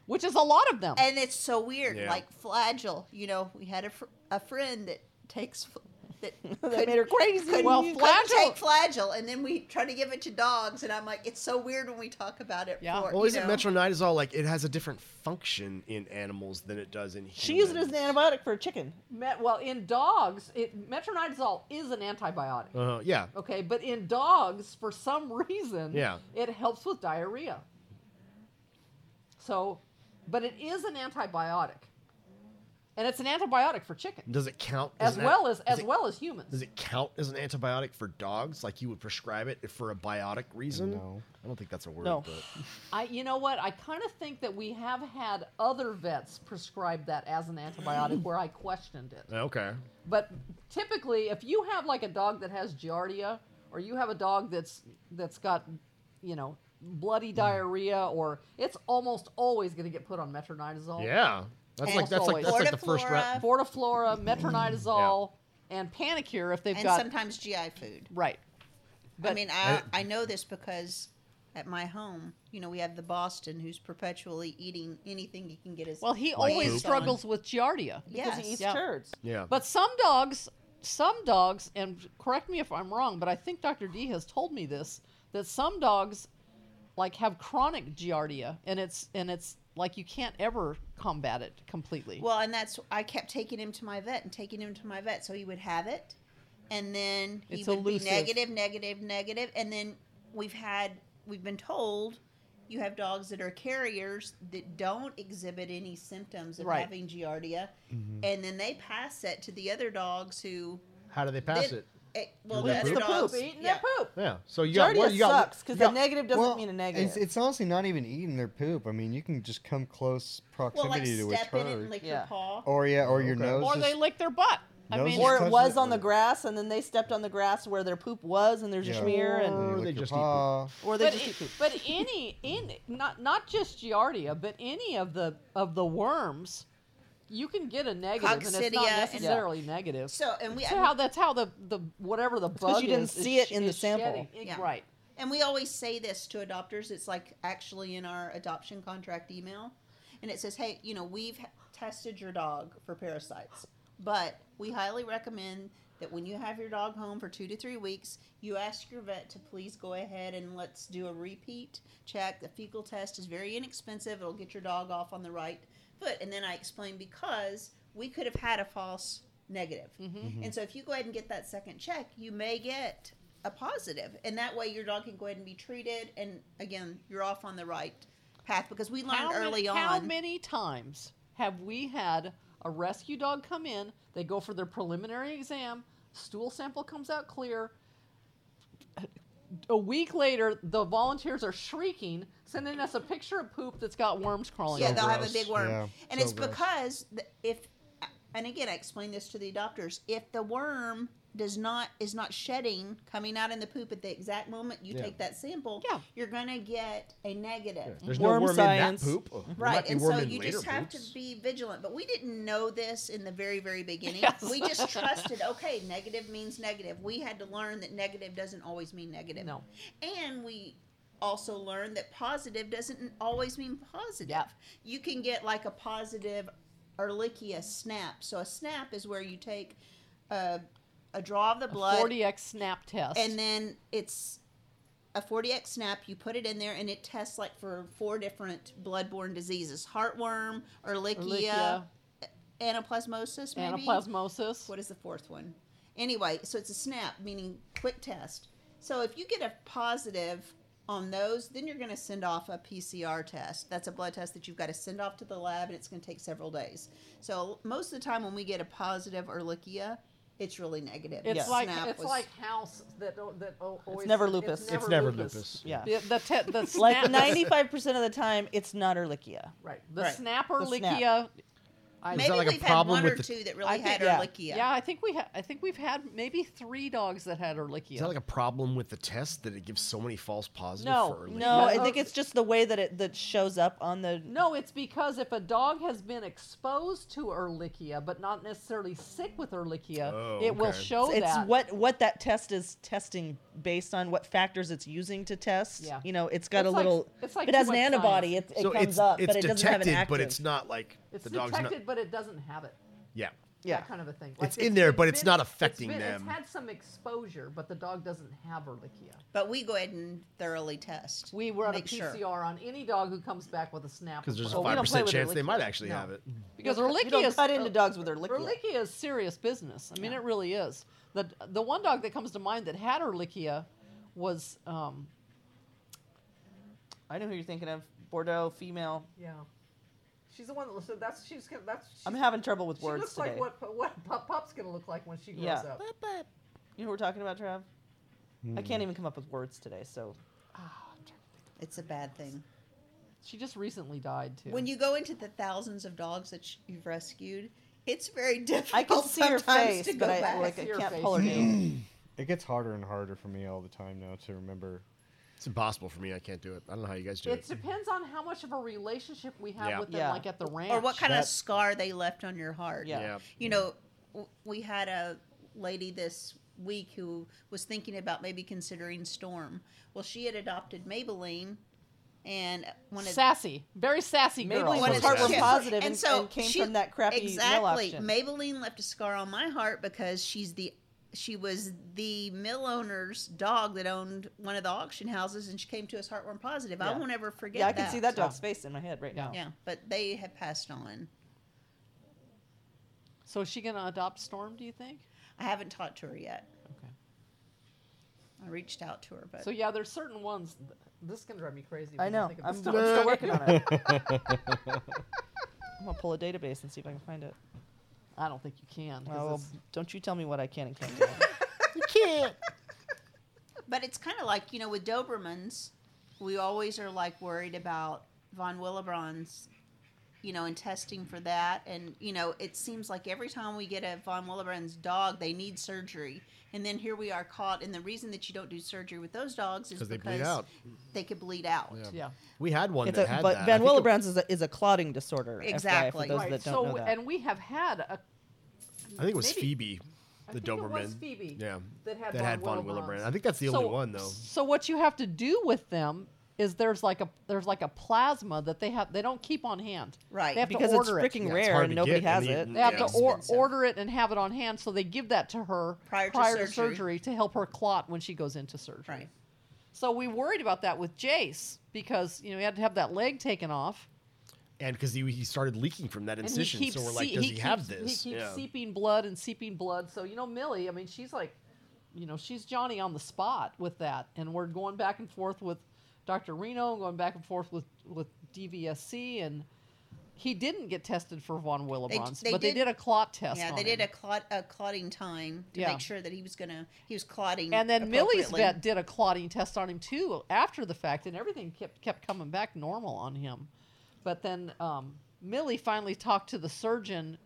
Which is a lot of them. and it's so weird. Yeah. Like flagell. You know, we had a, fr- a friend that takes fl- that. That made her crazy. Well, You couldn't Flagell- take flagell, and then we try to give it to dogs, and I'm like, it's so weird when we talk about it. Yeah. For, Well, you isn't know. metronidazole like it has a different function in animals than it does in humans? she used it as an antibiotic for a chicken. Met, well, in dogs, it, metronidazole is an antibiotic. Uh, yeah. Okay, but in dogs, for some reason, Yeah. it helps with diarrhea. So, but it is an antibiotic, and it's an antibiotic for chicken Does it count as an- well as does as it- well as humans. Does it count as an antibiotic for dogs? Like you would prescribe it for a biotic reason? No. I don't think that's a word. No. But I, you know what? I kind of think that we have had other vets prescribe that as an antibiotic where I questioned it. okay. But typically, if you have like a dog that has giardia, or you have a dog that's that's got, you know, Mm. bloody diarrhea, or it's almost always going to get put on metronidazole. Yeah. That's And like that's like always- that's like the first Portaflora. round. Fortiflora, metronidazole, and panicure if they've and got sometimes GI food. right. But I mean, I, I know this because at my home, you know, we have the Boston who's perpetually eating anything he can get his. well, he hands always on. struggles with giardia. Because Yes. he eats Yeah. turds. Yeah. But some dogs, some dogs, and correct me if I'm wrong, but I think Dr. D has told me this that some dogs like have chronic giardia, and it's and it's like you can't ever combat it completely. Well, and that's I kept taking him to my vet and taking him to my vet, so he would have it, and then he It's would elusive. be negative, negative, negative, and then we've had we've been told you have dogs that are carriers that don't exhibit any symptoms of Right. having giardia, and then they pass it to the other dogs who How do they pass did- it? well, Through the their other poop? dogs eating yeah. their poop. Yeah. So you got Giardia one. You got sucks because a negative doesn't Well, mean a It's, negative. it's honestly not even eating their poop. I mean, you can just come close Well, proximity like to a step in it and turd, lick Yeah. your paw. or yeah, or your Okay. nose. Or is- they lick their butt. I Nose mean, is or touching it was the on the food. grass and then they stepped on the grass where their poop was and there's Yeah. Mm. a smear And and you Or lick they your just eat poop. paw. or they but, just eat i- poop. but any in not not just giardia, but any of the of the worms, you can get a negative, and it's Coccidia not and- necessarily negative. So and we So how that's how the the whatever the 'cause bug you didn't is, is see it sh- in the is sample. shedding. It- Yeah. Right. and we always say this to adopters. It's like actually in our adoption contract email, and it says, "Hey, you know, we've h- tested your dog for parasites, but we highly recommend." That when you have your dog home for two to three weeks, you ask your vet to please go ahead and let's do a repeat check. The fecal test is very inexpensive; it'll get your dog off on the right foot. And then I explained because we could have had a false negative. Mm-hmm. Mm-hmm. And so if you go ahead and get that second check, you may get a positive. And that way your dog can go ahead and be treated. And again, you're off on the right path because we learned How many- early on. How many times have we had a rescue dog come in? They go for their preliminary exam. Stool sample comes out clear. a week later, the volunteers are shrieking, sending us a picture of poop that's got worms crawling. yeah, on it. they'll have gross. a big worm, Yeah, and so it's gross. because th- if, and again, I explained this to the adopters. If the worm does not is not shedding, coming out in the poop at the exact moment you Yeah. take that sample, Yeah. you're gonna get a negative. There's Worm no worm science. in that poop. Ugh, Mm-hmm. there might Right, be and worm so in you later just have poops. to be vigilant. But we didn't know this in the very, very beginning. Yes. We just trusted, okay, negative means negative. We had to learn that negative doesn't always mean negative. No. And we also learned that positive doesn't always mean positive. Yeah. You can get like a positive Ehrlichia snap. So a snap is where you take a, a draw of the blood 40x snap test. and then it's a 40x snap you put it in there and it tests like for four different bloodborne diseases heartworm ehrlichia, Ehrlichia. anaplasmosis maybe anaplasmosis. what is the fourth one anyway so it's a snap meaning quick test so if you get a positive on those then you're going to send off a pcr test that's a blood test that you've got to send off to the lab and it's going to take several days so most of the time when we get a positive ehrlichia it's really negative It's The like snap it's was- like house that o- that o- always never lupus. It's never lupus. Yeah. The the, te- the snap, Like 95% of the time, it's not Ehrlichia. Right. The Right. snapper The snap. lichia. I, Is Maybe that like a we've problem had one with or the- two that I really think- had yeah. Ehrlichia. yeah, I think we ha- I think we've had maybe three dogs that had Ehrlichia. Is that like a problem with the test that it gives so many false positives? No, for No, I Yeah. think it's just the way that it that shows up on the. No, it's because if a dog has been exposed to Ehrlichia, but not necessarily sick with Ehrlichia, Oh, it will okay. show it's that. what what that test is testing based on what factors it's using to test. Yeah. You know, it's got a It's like- little. it's like it has too an much antibody. science. It, it so comes it's, up, it's but it doesn't have an detected, active. but it's not like It's the dog's detected, not. but it doesn't have it. Yeah. Yeah. That kind of a thing. It's in there, but it's not it's affecting been- them. It's had some exposure, but the dog doesn't have Ehrlichia. But we go ahead and thoroughly test. We run Make a sure. PCR on any dog who comes back with a snap. Because there's So a we don't five play percent with chance they Ehrlichia. might actually No. have it. Because You don't Ehrlichia cut- you is don't cut into dogs with Ehrlichia. Ehrlichia is serious business. I mean, it really is. The the one dog that comes to mind that had Ehrlichia was um I know who you're thinking of. Bordeaux female. yeah. She's the one that so that's she's gonna- that's she's, I'm having trouble with she words looks today. like what pu- what pu- pup's gonna look like when she grows Yeah. up. You know who we're talking about, Trav? Hmm. I can't even come up with words today. So It's a bad thing. She just recently died too. When you go into the thousands of dogs that sh- you've rescued, it's very difficult. I can see her sometimes face, to go but I, back. like, See I her can't face. pull her name. It gets harder and harder for me all the time now to remember. It's impossible for me. I can't do it. I don't know how you guys do it it. depends on how much of a relationship we have Yeah. with them, Yeah. like at the ranch, or what kind of That- scar they left on your heart. Yeah. Yeah. You know, w- we had a lady this week who was thinking about maybe considering Storm. Well, she had adopted Maybelline, and one of sassy, very sassy girl. Maybelline When was it's heartworm shit. positive and, and came she- from that crappy mill exactly. option. Maybelline left a scar on my heart because she's the she was the mill owner's dog that owned one of the auction houses, and she came to us heartworm positive. I Yeah. won't ever forget. yeah, I that. can see that Yeah. dog's face in my head right Yeah. now. Yeah, but they have passed on. So is she gonna adopt Storm? Do you think? I haven't talked to her yet. Okay. I reached out to her, but So yeah, there's certain ones. th- This is gonna drive me crazy. I when know. think of I'm, I'm this dog. still working on it. I'm gonna pull a database and see if I can find it. I don't think you can. 'cause Well, it's- don't you tell me what I can and can't. do. but it's kind of like you know with Dobermans, we always are like worried about von Willebrand's, you know, and testing for that, and you know it seems like every time we get a von Willebrand's dog, they need surgery, and then here we are caught. And the reason that you don't do surgery with those dogs is Because because they bleed out. They could bleed out. Yeah. yeah. We had one It's that a, had but that. Van I think it- Willebrand's is a, is a clotting disorder. FYI, Exactly. for those Right, that don't so know that. and we have had a I think it was maybe- Phoebe, I the think it Doberman. was Phoebe Yeah. that had That von had von Willebrand's. Willebrand. I think that's the only So- one though. So what you have to do with them is there's like a there's like a plasma that they have they don't keep on hand. Right. They have because to it's order it. freaking Yeah, it's rare hard and to nobody get has and it. eat. They have Yeah. to or, Expensive. order it and have it on hand, so they give that to her Prior to surgery. to help her clot when she goes into surgery. Right. So we worried about that with Jace because you know he had to have that leg taken off. And because he, he started leaking from that And he incision, keeps so we're like, see- does he, keeps, have this? He keeps yeah. seeping blood and seeping blood. So you know, Millie, I mean, she's like, you know, she's Johnny on the spot with that, and we're going back and forth with Dr. Reno, and going back and forth with with DVSC, and He didn't get tested for von Willebrand's, they but they did- did a clot test. Yeah, on they him. did a clot a clotting time to Yeah. make sure that he was gonna he was clotting. And then Millie's appropriately. vet did a clotting test on him too after the fact, and everything kept kept coming back normal on him. But then um, Millie finally talked to the surgeon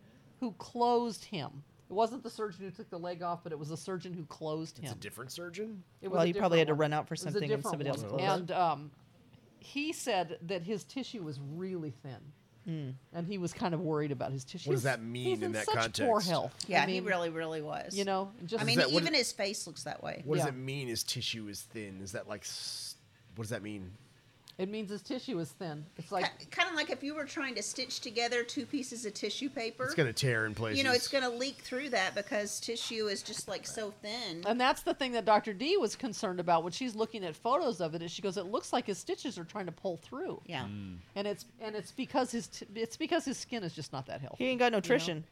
who closed him. It wasn't the surgeon who took the leg off, but it was the surgeon who closed It's a him. different surgeon. It was Well, a you probably had different to one. run out for It was a something and different somebody else one. closed it. And um, he said that his tissue was really thin. Hmm. And he was kind of worried about his tissue. What does that He's- mean he's in that such Poor context? health. Yeah, I mean, he really, really was. You know, just I mean, that- what even is- his face looks that way. What Yeah. does it mean? His tissue is thin. Is that like? s- What does that mean? it means his tissue is thin. It's like kind of like if you were trying to stitch together two pieces of tissue paper. It's gonna tear in places. you know, it's going to leak through that because tissue is just like so thin. And that's the thing that Dr. D was concerned about when she's looking at photos of it. Is she goes, it looks like his stitches are trying to pull through. yeah. Mm. And it's and it's because his t- it's because his skin is just not that healthy. He ain't got nutrition.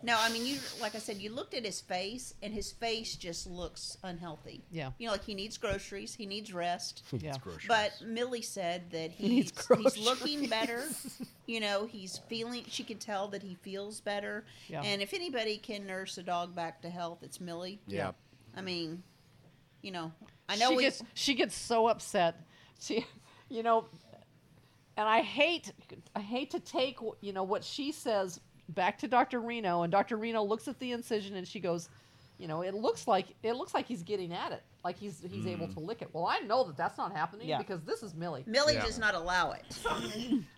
No, I mean, you like I said, you looked at his face, and his face just looks unhealthy. Yeah. You know, like he needs groceries, he needs rest. yeah. But Millie said that he's, needs he's looking groceries. better. You know, he's feeling, she could tell that he feels better. Yeah. And if anybody can nurse a dog back to health, it's Millie. Yeah. I mean, you know, I know she we. gets she gets so upset. She, you know, and I hate I hate to take you know what she says back to Dr. Reno, and Dr. Reno looks at the incision and she goes, you know, it looks like it looks like he's getting at it, like he's he's able to lick it. Well, I know that that's not happening Yeah. because this is Millie. Millie Yeah. does not allow it.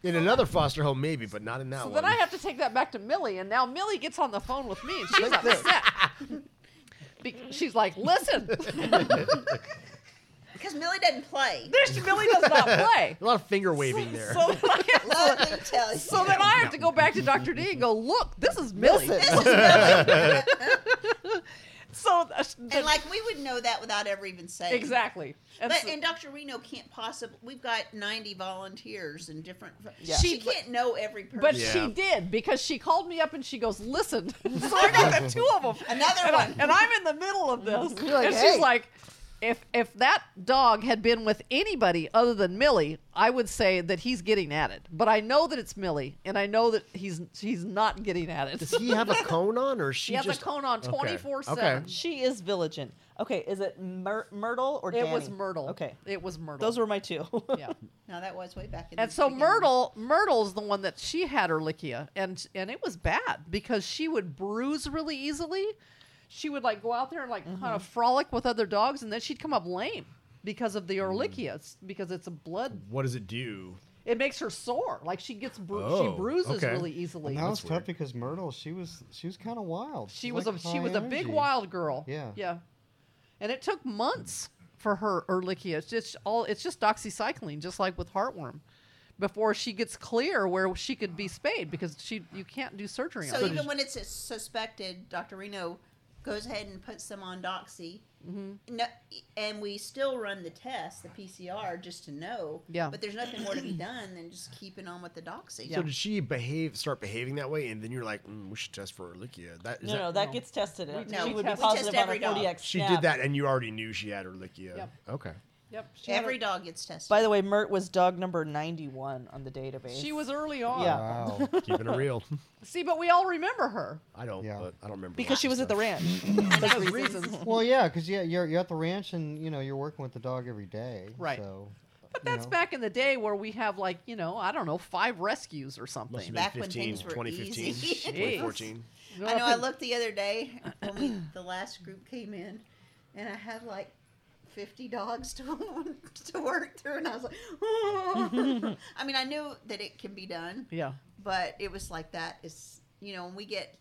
In another foster home, maybe, but not in that So one. then I have to take that back to Millie, and now Millie gets on the phone with me, and she's Like this. upset. Be- she's like, "Listen, Because Millie doesn't play. this Millie does not play." a lot of finger waving there. So, then I have- Let me tell you. so then I have to go back to Dr. D and go, "Look, this is Millie." so uh, sh- and like we would know that without ever even saying. exactly, and, But so- and Dr. Reno can't possibly. We've got ninety volunteers and different. Yeah. She She- can't know every person. but Yeah. she did because she called me up and she goes, "Listen," so I got the two of them, Another and, one. I, and I'm in the middle of this, like, and "Hey." she's like, "If if that dog had been with anybody other than Millie, I would say that he's getting at it. But I know that it's Millie, and I know that he's he's not getting at it. Does he have a cone on, or is she She has just a cone on Okay. twenty four Okay. seven. She is vigilant. Okay, is it Myr- Myrtle or It was Danny? Myrtle. Okay, it was Myrtle. those were my two. yeah. no, that was way back in. And the so beginning. Myrtle, Myrtle's the one that she had Erlichia, and and it was bad because she would bruise really easily. She would like go out there and like Mm-hmm. kind of frolic with other dogs, and then she'd come up lame because of the Mm-hmm. Erlichia, It's because it's a blood. What does it do? It makes her sore. Like she gets bru- Oh, she bruises okay. really easily. And that was weird. tough because Myrtle, she was she was kind of wild. she was was a like she high was a big energy. wild girl. Yeah. yeah. And it took months for her Ehrlichia. It's just all it's just doxycycline, just like with heartworm, before she gets clear where she could be spayed because she you can't do surgery So on. her. even when it's suspected, Dr. Reno goes ahead and puts them on doxy. Mm-hmm. No, and we still run the test, the PCR, just to know. Yeah. But there's nothing more to be done than just keeping on with the doxy. So did she behave, start behaving that way, and then you're like, mm, we should test for Ehrlichia? That, is No, that, no, that gets tested. No, she we would be test positive on a every dog. 40x She snap. did that, and you already knew she had Ehrlichia. Yep. Okay. Yep. She Every Every dog gets tested. By the way, Mert was dog number 91 on the database. she was early on. Yeah. Wow. Keeping it real. See, but we all remember her. I don't. Yeah. But I don't remember because she was at the ranch. That's the reason. well, yeah, because yeah, you're you're at the ranch and you know you're working with the dog every day. Right. So, But you that's know. back in the day where we have like you know I don't know five rescues or Must something. have been Back when 15, things were 2015, easy. 2014. I know. I looked the other day when we, the last group came in, and I had like fifty dogs to to work through, and I was like, I mean, I knew that it can be done, Yeah. but it was like that is you know when we get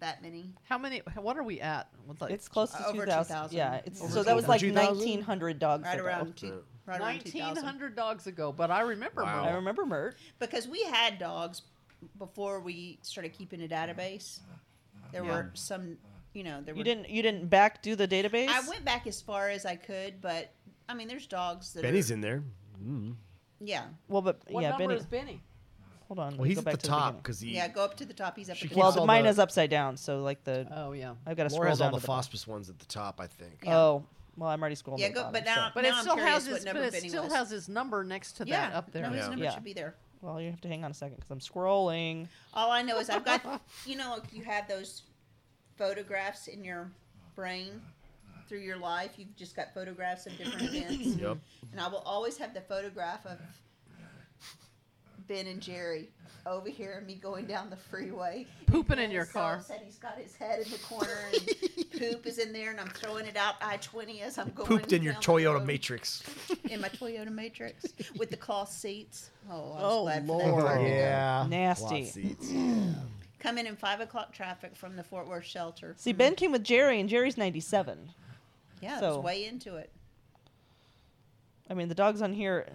that many. How many? What are we at? What's like It's close to Over 2,000. 2,000. Yeah, it's, Over so that was like 2,000? 1,900 dogs. Right ago. around two, right around two thousand. 1900 dogs ago, but I remember Wow. Merle. I remember Mert. Because we had dogs before we started keeping a database. There Yeah. were some, you know, there You were. didn't you didn't back do the database? I went back as far as I could, but I mean, there's dogs that Benny's are, in there. Mm. yeah, Well, but What yeah, number Benny. is Benny? Hold on. Well, he's go at back the to top beginning. because he yeah. Go up to the top. He's up She at the keeps top. well, keeps all mine the- is upside down, so like the Oh yeah. I've got to Laura scroll has all down the to the bottom. phosphorus ones at the top, I think. Yeah. Oh, well, I'm already scrolling. Yeah, to the go, bottom, but so- now, But now it still I'm has curious what his, but number it Benny still was. has his number next to yeah, that up there. No, his Yeah. number Yeah. should be there. Well, you have to hang on a second because I'm scrolling. All I know is I've got, you know, like you have those photographs in your brain through your life. You've just got photographs of different events. Yep. And I will always have the photograph of Ben and Jerry over here and me going down the freeway. Pooping in your So car. Said he's got his head in the corner and poop is in there, and I'm throwing it out I 20 as I'm going. Pooped in your down the Toyota road. Matrix. In my Toyota Matrix with the cloth seats. Oh, I was Oh, glad For Lord. that. yeah. Nasty. Come in in five o'clock traffic from the Fort Worth shelter. Mm-hmm. See, Ben came with Jerry, and Jerry's 97. Yeah, it So- was way into it. I mean, the dogs on here,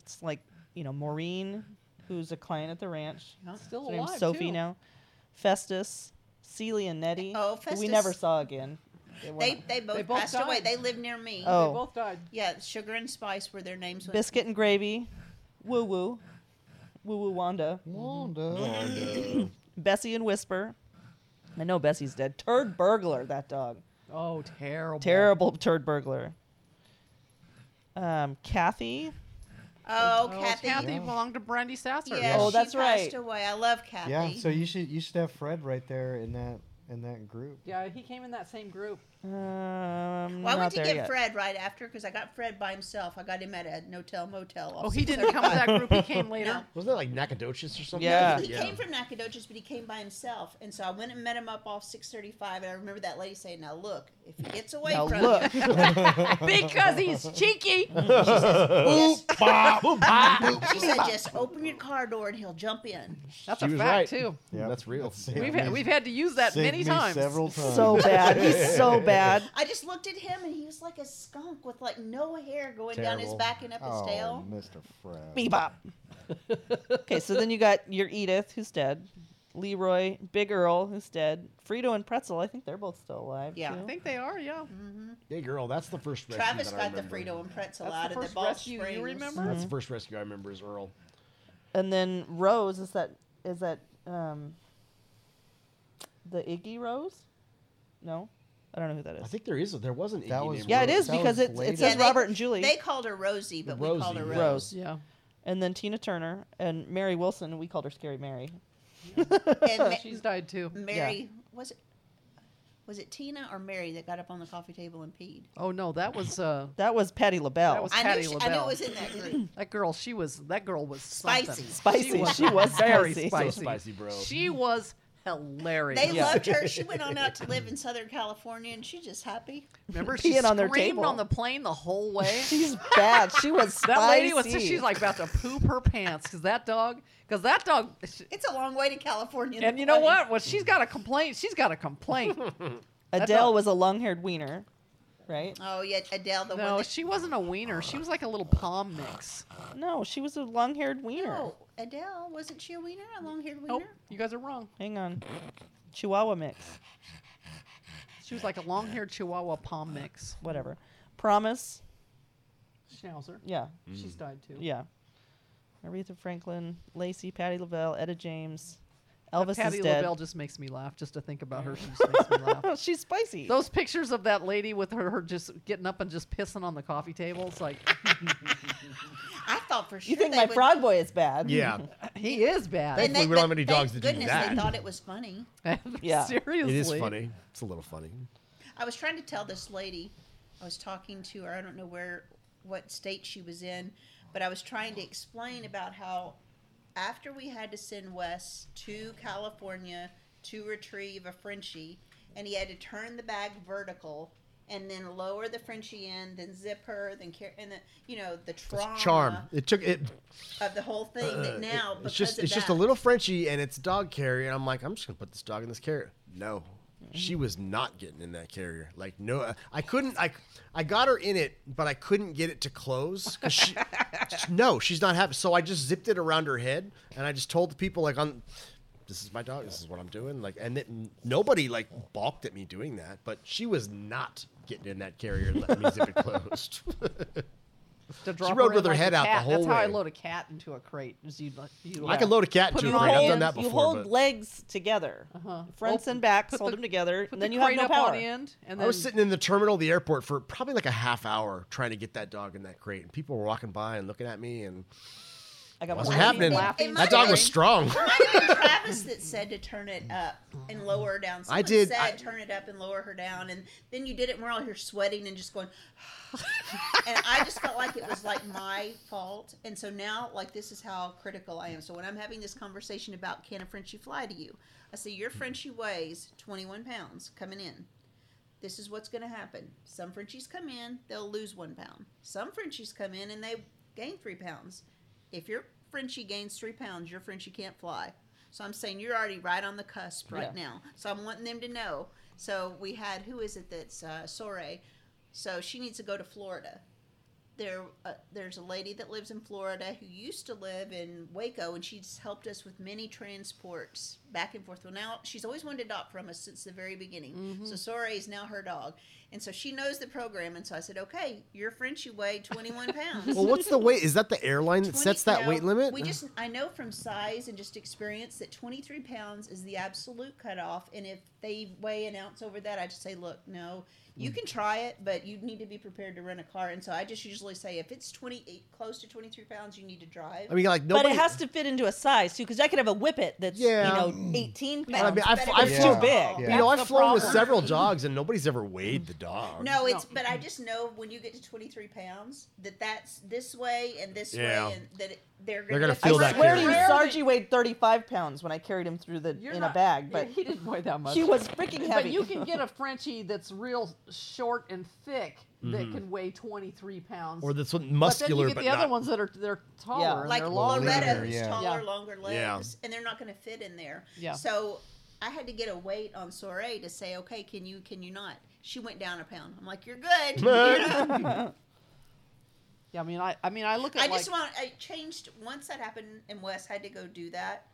it's like, you know, Maureen, who's a client at the ranch. Yeah. Still Her name's alive, Sophie too. now. Festus, Celia and Nettie. Oh, who We Festus. never saw again. were They not- they both, They both passed away. died. They live near me. Oh. They both died. Yeah, Sugar and Spice were their names. when- Biscuit and Gravy, Woo Woo, Woo Woo Wanda, Wanda. Bessie and Whisper. I know Bessie's dead. Turd burglar, that dog. Oh, terrible. Terrible turd burglar. Um, Kathy. Oh, Oh, Kathy. Kathy Yeah. belonged to Brandy Sasser. Yeah, Oh, she passed that's right. away. I love Kathy. Yeah, so you should you should have Fred right there in that in that group. Yeah, he came in that same group. Um, well, I not went to there get yet. Fred right after because I got Fred by himself. I got him at a no-tell motel. off Oh, he didn't come with that group. He came later. No. Wasn't that like Nacogdoches or something? Yeah. He came from Nacogdoches, but he came by himself, and so I went and met him up off 635. And I remember that lady saying, "Now look, if he gets away Now from look. you, because he's cheeky. just, Bah! she said, just open your car door and he'll jump in." That's She a was fact right. too. Yeah, That's real. We've had, we've had to use that many times. Several times. So bad. He's so bad. I just looked at him, and he was like a skunk with like no hair going down his Terrible. back and up his oh, tail. Mr. Fred. Bebop. okay, so then you got your Edith, who's dead. Leroy, Big Earl, who's dead. Frito and Pretzel, I think they're both still alive. Yeah. too. I think they are. Yeah. Hey, girl, that's the first rescue Mm-hmm. Travis that I got the remember. Frito and pretzel That's out the of the first Ball rescue you Springs. remember? That's the first rescue I remember is Earl. And then Rose is that is that um the Iggy Rose? No, I don't know who that I is. think there is. There was an That Iggy was named Yeah, it Rose. is That because was it, later. it says Yeah, they- Robert and Julie, They called her Rosie, but we called Rosie, her yeah. Rose. Rose. Yeah. and then Tina Turner and Mary Wilson. We called her Scary Mary. And Ma- She's died too. Mary was it was it Tina or Mary that got up on the coffee table and peed? Oh no, that was uh, That was Patty LaBelle. That was- I knew, Patti she, I knew it LaBelle. was in that group. that girl. She was that girl was something. Spicy. spicy. She was, very spicy. spicy. So spicy, bro. She was hilarious. They Yeah. loved her. She went on out to live in Southern California, and she's just happy. Remember, she peeing screamed on on, their table. the plane the whole way. She's bad. She was spicy. that lady was. She's like about to poop her pants because that dog. Because that dog. she- It's a long way to California. in and the you know plane. what? Well, she's got a complaint. She's got a complaint. Adele was a long-haired wiener, right? Oh yeah, Adele, the one. no, That, she wasn't a wiener. She was like a little palm mix. No, she was a long-haired wiener. no, Adele wasn't she a wiener? A long-haired wiener? Nope, you guys are wrong. Hang on, Chihuahua mix, She was like a long-haired Chihuahua palm mix. whatever. Promise, Schnauzer. yeah, She's died too. Yeah. Aretha Franklin, Lacey, Patti LaBelle, Etta James, Elvis Patty is dead. LaBelle just makes me laugh just to think about her. She just makes me laugh. Oh, she's spicy. Those pictures of that lady with her, her just getting up and just pissing on the coffee table. It's like I thought for sure. you think they my would, fraud boy is bad? Yeah. he is and bad. Thankfully, they- we don't have but any thank dogs that do goodness They that. thought it was funny. Yeah. seriously, It is funny. It's a little funny. I was trying to tell this lady, I was talking to her, I don't know where, what state she was in, but I was trying to explain about how after we had to send Wes to California to retrieve a Frenchie, and he had to turn the bag vertical and then lower the Frenchie in, then zip her, then carry, and the, you know, the trauma Charm. It took it. of the whole thing that now, because Uh, it's just of it's just a that- little Frenchie and it's dog carrier. And I'm like, I'm just gonna put this dog in this carrier. No, she was not getting in that carrier. Like no, uh, I couldn't. I I got her in it, but I couldn't get it to close. 'cause she, no, she's not happy. So I just zipped it around her head, and I just told the people like on. This is my dog. This is what I'm doing. Like, and it, nobody like balked at me doing that, but she was not getting in that carrier and letting me zip it closed. To drop rode in with her like a head out the cat. whole That's how I way. load a cat into a crate. Is you, like- you I like- could load a cat Put into a it crate. on I've in, done that before. you hold but- legs together, Uh-huh. fronts Open- and backs, put hold the- them together, put and then the you have crate no up power. on end, and I was then- sitting in the terminal of the airport for probably like a half hour trying to get that dog in that crate, and people were walking by and looking at me, and I I got What's my happening? It- it laughing. might That dog have was been- strong. It might have been Travis that said to turn it up and lower her down. Someone did- Said, I- turn it up and lower her down, and then you did it. And we're all here sweating and just going. and I just felt like it was like my fault, and so now like this is how critical I am. So when I'm having this conversation about can a Frenchie fly to you, I say your Frenchie weighs 21 pounds coming in. This is what's going to happen. Some Frenchies come in, they'll lose one pound. Some Frenchies come in and they gain three pounds. If your Frenchie gains three pounds, your Frenchie can't fly. So I'm saying you're already right on the cusp right now. So I'm wanting them to know. So we had who is it that's uh, Sore? So she needs to go to Florida. There, uh, there's a lady that lives in Florida who used to live in Waco, and she's helped us with many transports back and forth. Well, now she's always wanted a dog from us since the very beginning. So Sore is now her dog, and so she knows the program. And so I said, "Okay, your Frenchie weighed 21 pounds." well, what's the weight? Is that the airline that 20 sets that no, weight limit? We just I know from size and just experience that 23 pounds is the absolute cutoff, and if they weigh an ounce over that, I just say, look, no, you Hmm. can try it, but you need to be prepared to rent a car. And so I just usually say, if it's 28, close to 23 pounds, you need to drive. I mean, like But nobody. it has to fit into a size too, because I could have a whippet that's Yeah. Mm. you know 18 But pounds. I mean, I've- better I've than flown- small. Too big. You Yeah. know, That's I've the flown with problem. several dogs, and nobody's ever weighed the dog. No, it's but I just know when you get to 23 pounds that that's this way and this Yeah. way, and that it, they're They're going gonna I feel that swear to you, carry. Sargie weighed 35 pounds when I carried him through the You're in not- a bag, yeah, but he didn't weigh that much. he was freaking heavy. But you can get a Frenchie that's real short and thick that can weigh 23 pounds. Mm-hmm. Or this one but then you muscular, get but the other not- ones that are they're taller Yeah. and like they're long. Loretta, Linear, who's yeah. taller, Yeah. longer legs, Yeah. and they're not going to fit in there. Yeah. So I had to get a weight on Soray to say, okay, can you, can you not? She went down a pound. I'm like, you're good. You know? Yeah, I mean, I, I mean, I look at I like, just want. I changed once that happened, and Wes had to go do that.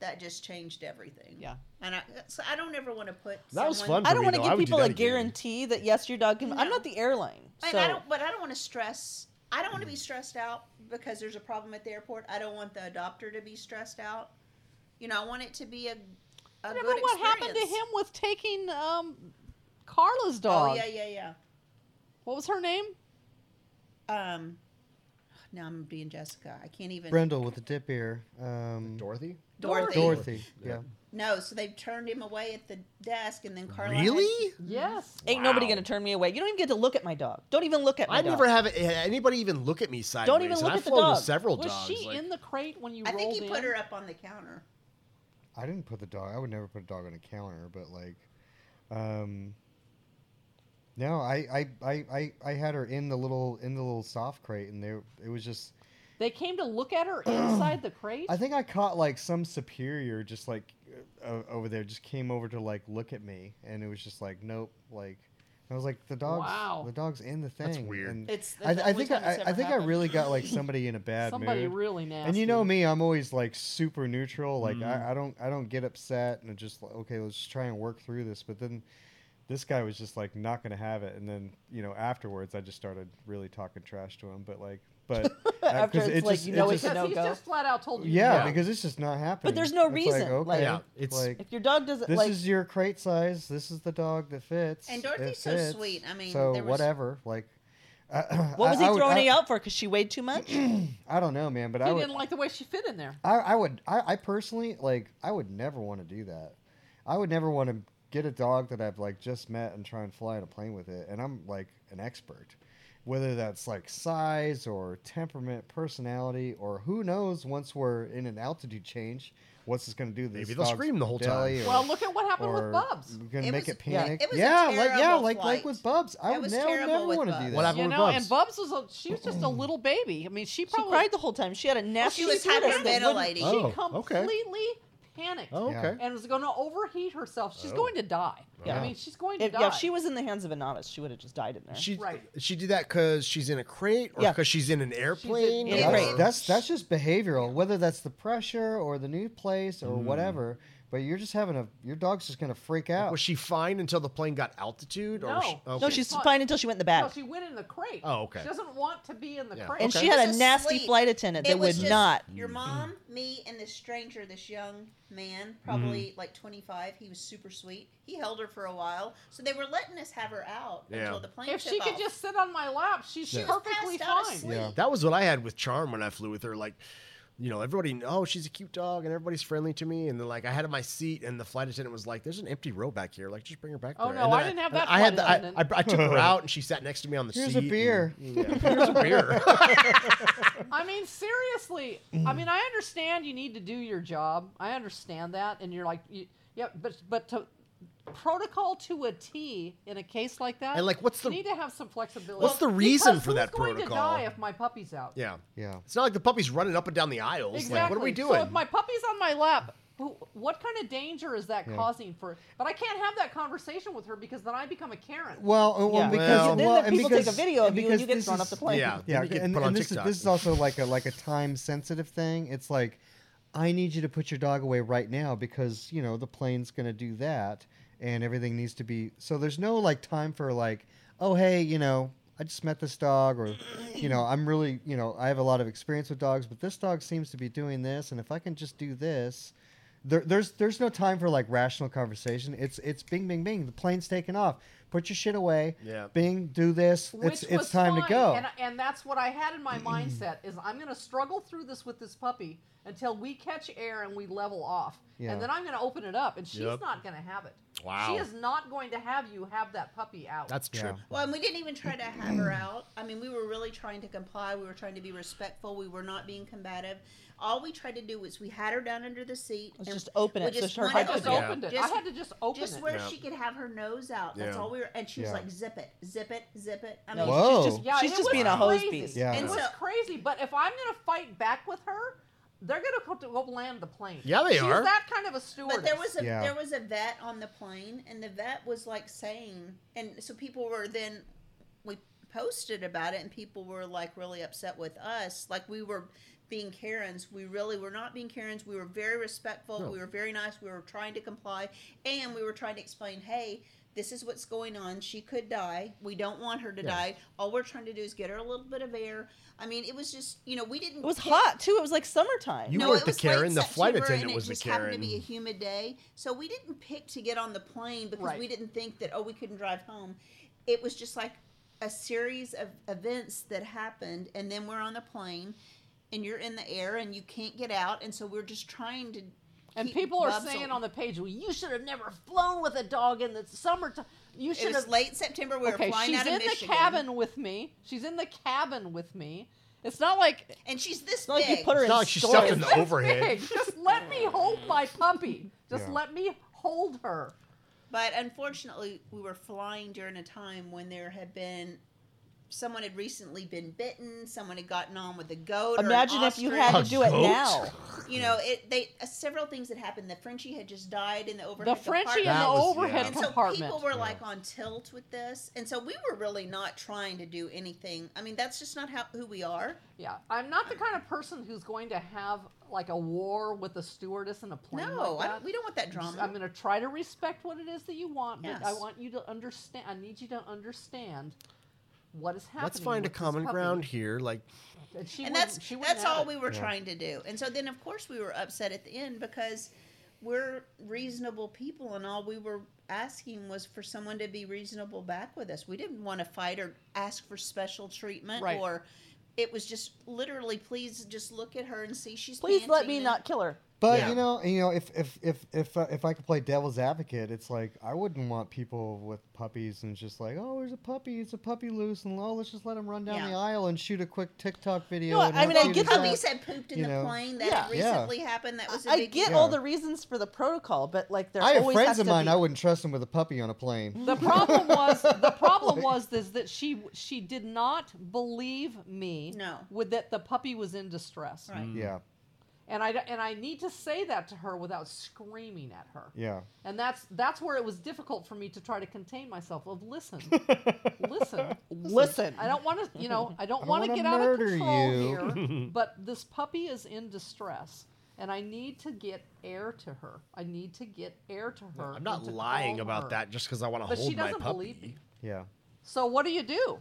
That just changed everything. Yeah. And I, so I don't ever want to put. That was someone- fun. I don't me, want to though. I give would do people that a again. guarantee that yes, your dog can. I'm No. not the airline, And so I don't, but I don't want to stress. I don't want to be stressed out because there's a problem at the airport. I don't want the adopter to be stressed out. You know, I want it to be a. a I good remember what happened to experience. him with taking um, Carla's dog. Oh yeah, yeah, What was her name? yeah. Um, now I'm being Jessica. I can't even. Brendel with the dip ear. Um, Dorothy? Dorothy. Dorothy. Yeah. No, so they turned him away at the desk, and then Carla. had- Really? Yes. ain't nobody Wow. gonna turn me away. You don't even get to look at my dog. Don't even look at my I dog. never have it- had anybody even look at me sideways. even and look I've at the flown dog. with several Was dogs. she like- in the crate when you I rolled think he in? put her up on the counter. I didn't put the dog. I would never put a dog on a counter, but like, um, no, I, I, I, I, I had her in the little in the little soft crate, and there it was just. They came to look at her inside the crate. I think I caught like some superior just like uh, over there, just came over to like look at me, and it was just like, nope, like. I was like, the dog's Wow. the dog's in the thing. That's weird. And It's- I, that's the I only think time I, it's I ever think I happened. really got like somebody in a bad Somebody mood. really nasty. And you know me, I'm always like super neutral. Like Mm-hmm. I, I don't I don't get upset and just like, okay, let's just try and work through this. But then this guy was just like not gonna have it. And then you know afterwards, I just started really talking trash to him. But like, but uh, 'cause After it's like, you know it it's Because a he's no-go. just flat out told you. yeah, Yeah. because it's just not happening. there's no It's reason, Like, like- okay, Yeah, it's- like, If your dog doesn't this like, is your crate size. This is the dog that fits. And it Dorothy's so fits, sweet. I mean, so there was- whatever. Like, what was I, he I would- throwing I- her out for? Because she weighed too much. I don't know, man. But He I would, didn't like the way she fit in there. I, I would I, I personally like I would never want to do that. I would never want to get a dog that I've like just met and try and fly in a plane with it and I'm like an expert. Whether that's like size or temperament, personality, or who knows once we're in an altitude change, what's this gonna do to this Maybe they'll dog's scream the whole belly time. Or, Well, look at what happened or with Bubs. we're Gonna It make was- it yeah, panic. it was a yeah, like yeah, terrible like like flight. with Bubs. It I would was never, terrible never with want to do Bubs. that. What happened You with know, Bubs? and Bubs was a, she was just a little baby. I mean, She she probably cried the whole time. She had a nasty. she was fetus that wouldn't- hyperventilating. Oh, she okay. completely panicked Oh, Yeah. okay. and was going to overheat herself. She's Oh. going to die. Yeah. I mean, she's going to If, die. yeah, if she was in the hands of an novice, she would have just died in there. She Right. she did that because she's in a crate or Yeah. because she's in an airplane. in a or- crate. That's, that's that's just behavioral. Whether that's the pressure or the new place or whatever, but you're just having a your dog's just gonna freak out. Was she fine until the plane got altitude? Or No. she- No, no, okay. she's Fine. fine until she went in the bag. No, she went in the crate. Oh, okay. She doesn't want to be in the Yeah. crate. and Okay. she had was a nasty asleep. flight attendant It that was would just not. Your mom, me, and this stranger, this young man, probably like 25. He was super sweet. He held her for a while, so they were letting us have her out Yeah. until the plane. if took she could off. just sit on my lap, she's she was perfectly passed out fine. asleep. Yeah. That was what I had with Charm when I flew with her. Like, you know, everybody, oh, she's a cute dog, and everybody's friendly to me. And then, like, I had my seat, and the flight attendant was like, "There's an empty row back here. Like, just bring her back." Oh, there. no, And then I didn't have that I had, the, flight I, I, attendant. I took her out, and she sat next to me on the Here's seat. a beer. And, yeah, here's a beer. I mean, seriously. I mean, I understand you need to do your job. I understand that, and you're like, you, yeah, but but to protocol to a T in a case like that, And, like, what's the- you need to have some flexibility. what's the reason Because for that who's going protocol? To die if my puppy's out. yeah, Yeah. It's not like the puppy's running up and down the aisles. exactly. Like, what are we doing? So if my puppy's on my lap. who- What kind of danger is that Yeah. causing for? But I can't have that conversation with her because then I become a Karen. Well, uh, well, Yeah. because Well, well, then the and people take a because- video of you and because you get this thrown is- off the plane. Yeah. Yeah, Then you okay, get and, put on and this is TikTok. this is also like a like a time sensitive thing. It's like, I need you to put your dog away right now because you know the plane's gonna do that, and everything needs to be. So there's no like time for like, oh hey, you know, I just met this dog, or you know, I'm really you know I have a lot of experience with dogs, but this dog seems to be doing this, and if I can just do this. There, there's there's no time for like rational conversation. It's it's bing bing bing. The plane's taken off. Put your shit away. Yeah. Bing, do this. which it's was it's time fine, to go. And, and that's what I had in my mindset is I'm going to struggle through this with this puppy until we catch air and we level off, Yeah. and then I'm going to open it up, and she's Yep. not going to have it. Wow. she is not going to have you have that puppy out. That's Yeah. true. Well, and we didn't even try to have her out. I mean, we were really trying to comply. We were trying to be respectful. We were not being combative. All we tried to do was we had her down under the seat. Let's and just open we it so just her wanted I heart to just go- Yeah. opened it. Just- I had to just open Just it. where Yeah. she could have her nose out. That's Yeah. all we were. And she was Yeah. like, "Zip it, zip it, zip it." I No, mean, Whoa. she's just, Yeah, she's it just was being a hose crazy. piece. Yeah. it And was so- crazy. But if I'm going to fight back with her, they're going to go land the plane. Yeah, they She's are. that kind of a stewardess. But there was a Yeah. there was a vet on the plane, and the vet was like saying, and so people were then we posted about it, and people were like really upset with us, like we were being Karens. We really were not being Karens. We were very respectful. We were very nice. We were trying to comply, and we were trying to explain, hey. This is what's going on. She could die. We don't want her to die. All we're trying to do is get her a little bit of air. I mean, it was just, you know, we didn't. It was pick- hot too. It was like summertime. You no, weren't it the was Karen. late The flight September, attendant and it was the just Karen. happened to be a humid day, so we didn't pick to get on the plane because Right. we didn't think that oh we couldn't drive home. It was just like a series of events that happened, and then we're on the plane, and you're in the air and you can't get out, and so we're just trying to. And keep people are Bubs saying al- on the page, well, you should have never flown with a dog in the summertime. You It should was have. late September. We were okay, flying she's out of in Michigan, the cabin with me. She's in the cabin with me. It's not like and she's this not like you big. put her It's in not like she's storage. stuffed in the overhead. Hey, just let me hold my puppy. Just Yeah. let me hold her. But unfortunately, we were flying during a time when there had been someone had recently been bitten, someone had gotten on with a goat. Imagine or an if you ostrich. had to do it Goat. now. You know, it they uh, several things had happened. The Frenchie had just died in the overhead. The Frenchie in compartment. the That was- overhead yeah. And so compartment. people were like on tilt with this, and so we were really not trying to do anything. I mean, that's just not how who we are. yeah, I'm not the kind of person who's going to have like a war with a stewardess and a plane. No, like I that. don't, we don't want that drama. I'm going to try to respect what it is that you want, but I Yes. want you to understand. I need you to understand what is happening. Let's find a with this common puppy. ground here. Like, And, she and wouldn't- that's she wouldn't that's have all it. we were trying to do. And so then, of course, we were upset at the end because we're reasonable people, and all we were asking was for someone to be reasonable back with us. We didn't want to fight or ask for special treatment Right. or. It was just literally, please just look at her and see she's. Please let panting me and- not kill her. But Yeah. you know, you know, if if if if uh, if I could play devil's advocate, it's like I wouldn't want people with puppies and just like, oh, there's a puppy, it's a puppy loose, and oh, let's just let him run down Yeah. the aisle and shoot a quick TikTok video. No, and I how mean, I cute Well, get is the- that? puppies had pooped in you the know. plane. That Yeah. had Yeah. recently happened. That was a I big get deal. Yeah. all the reasons for the protocol, but like there I have always friends has of to mine. be- I wouldn't trust them with a puppy on a plane. The problem was the problem was is that she she did not believe me. No. with that the puppy was in distress, Right. Yeah, and I and I need to say that to her without screaming at her. yeah. And that's that's where it was difficult for me to try to contain myself. Of listen, listen, Listen. I don't want to, you know, I don't don't want to wanna get out of murder control you. here. But this puppy is in distress, and I need to get air to her. I need to get air to her. I'm not and to lying calm about her. that just because I want to But hold she my doesn't puppy. believe me. Yeah. So what do you do?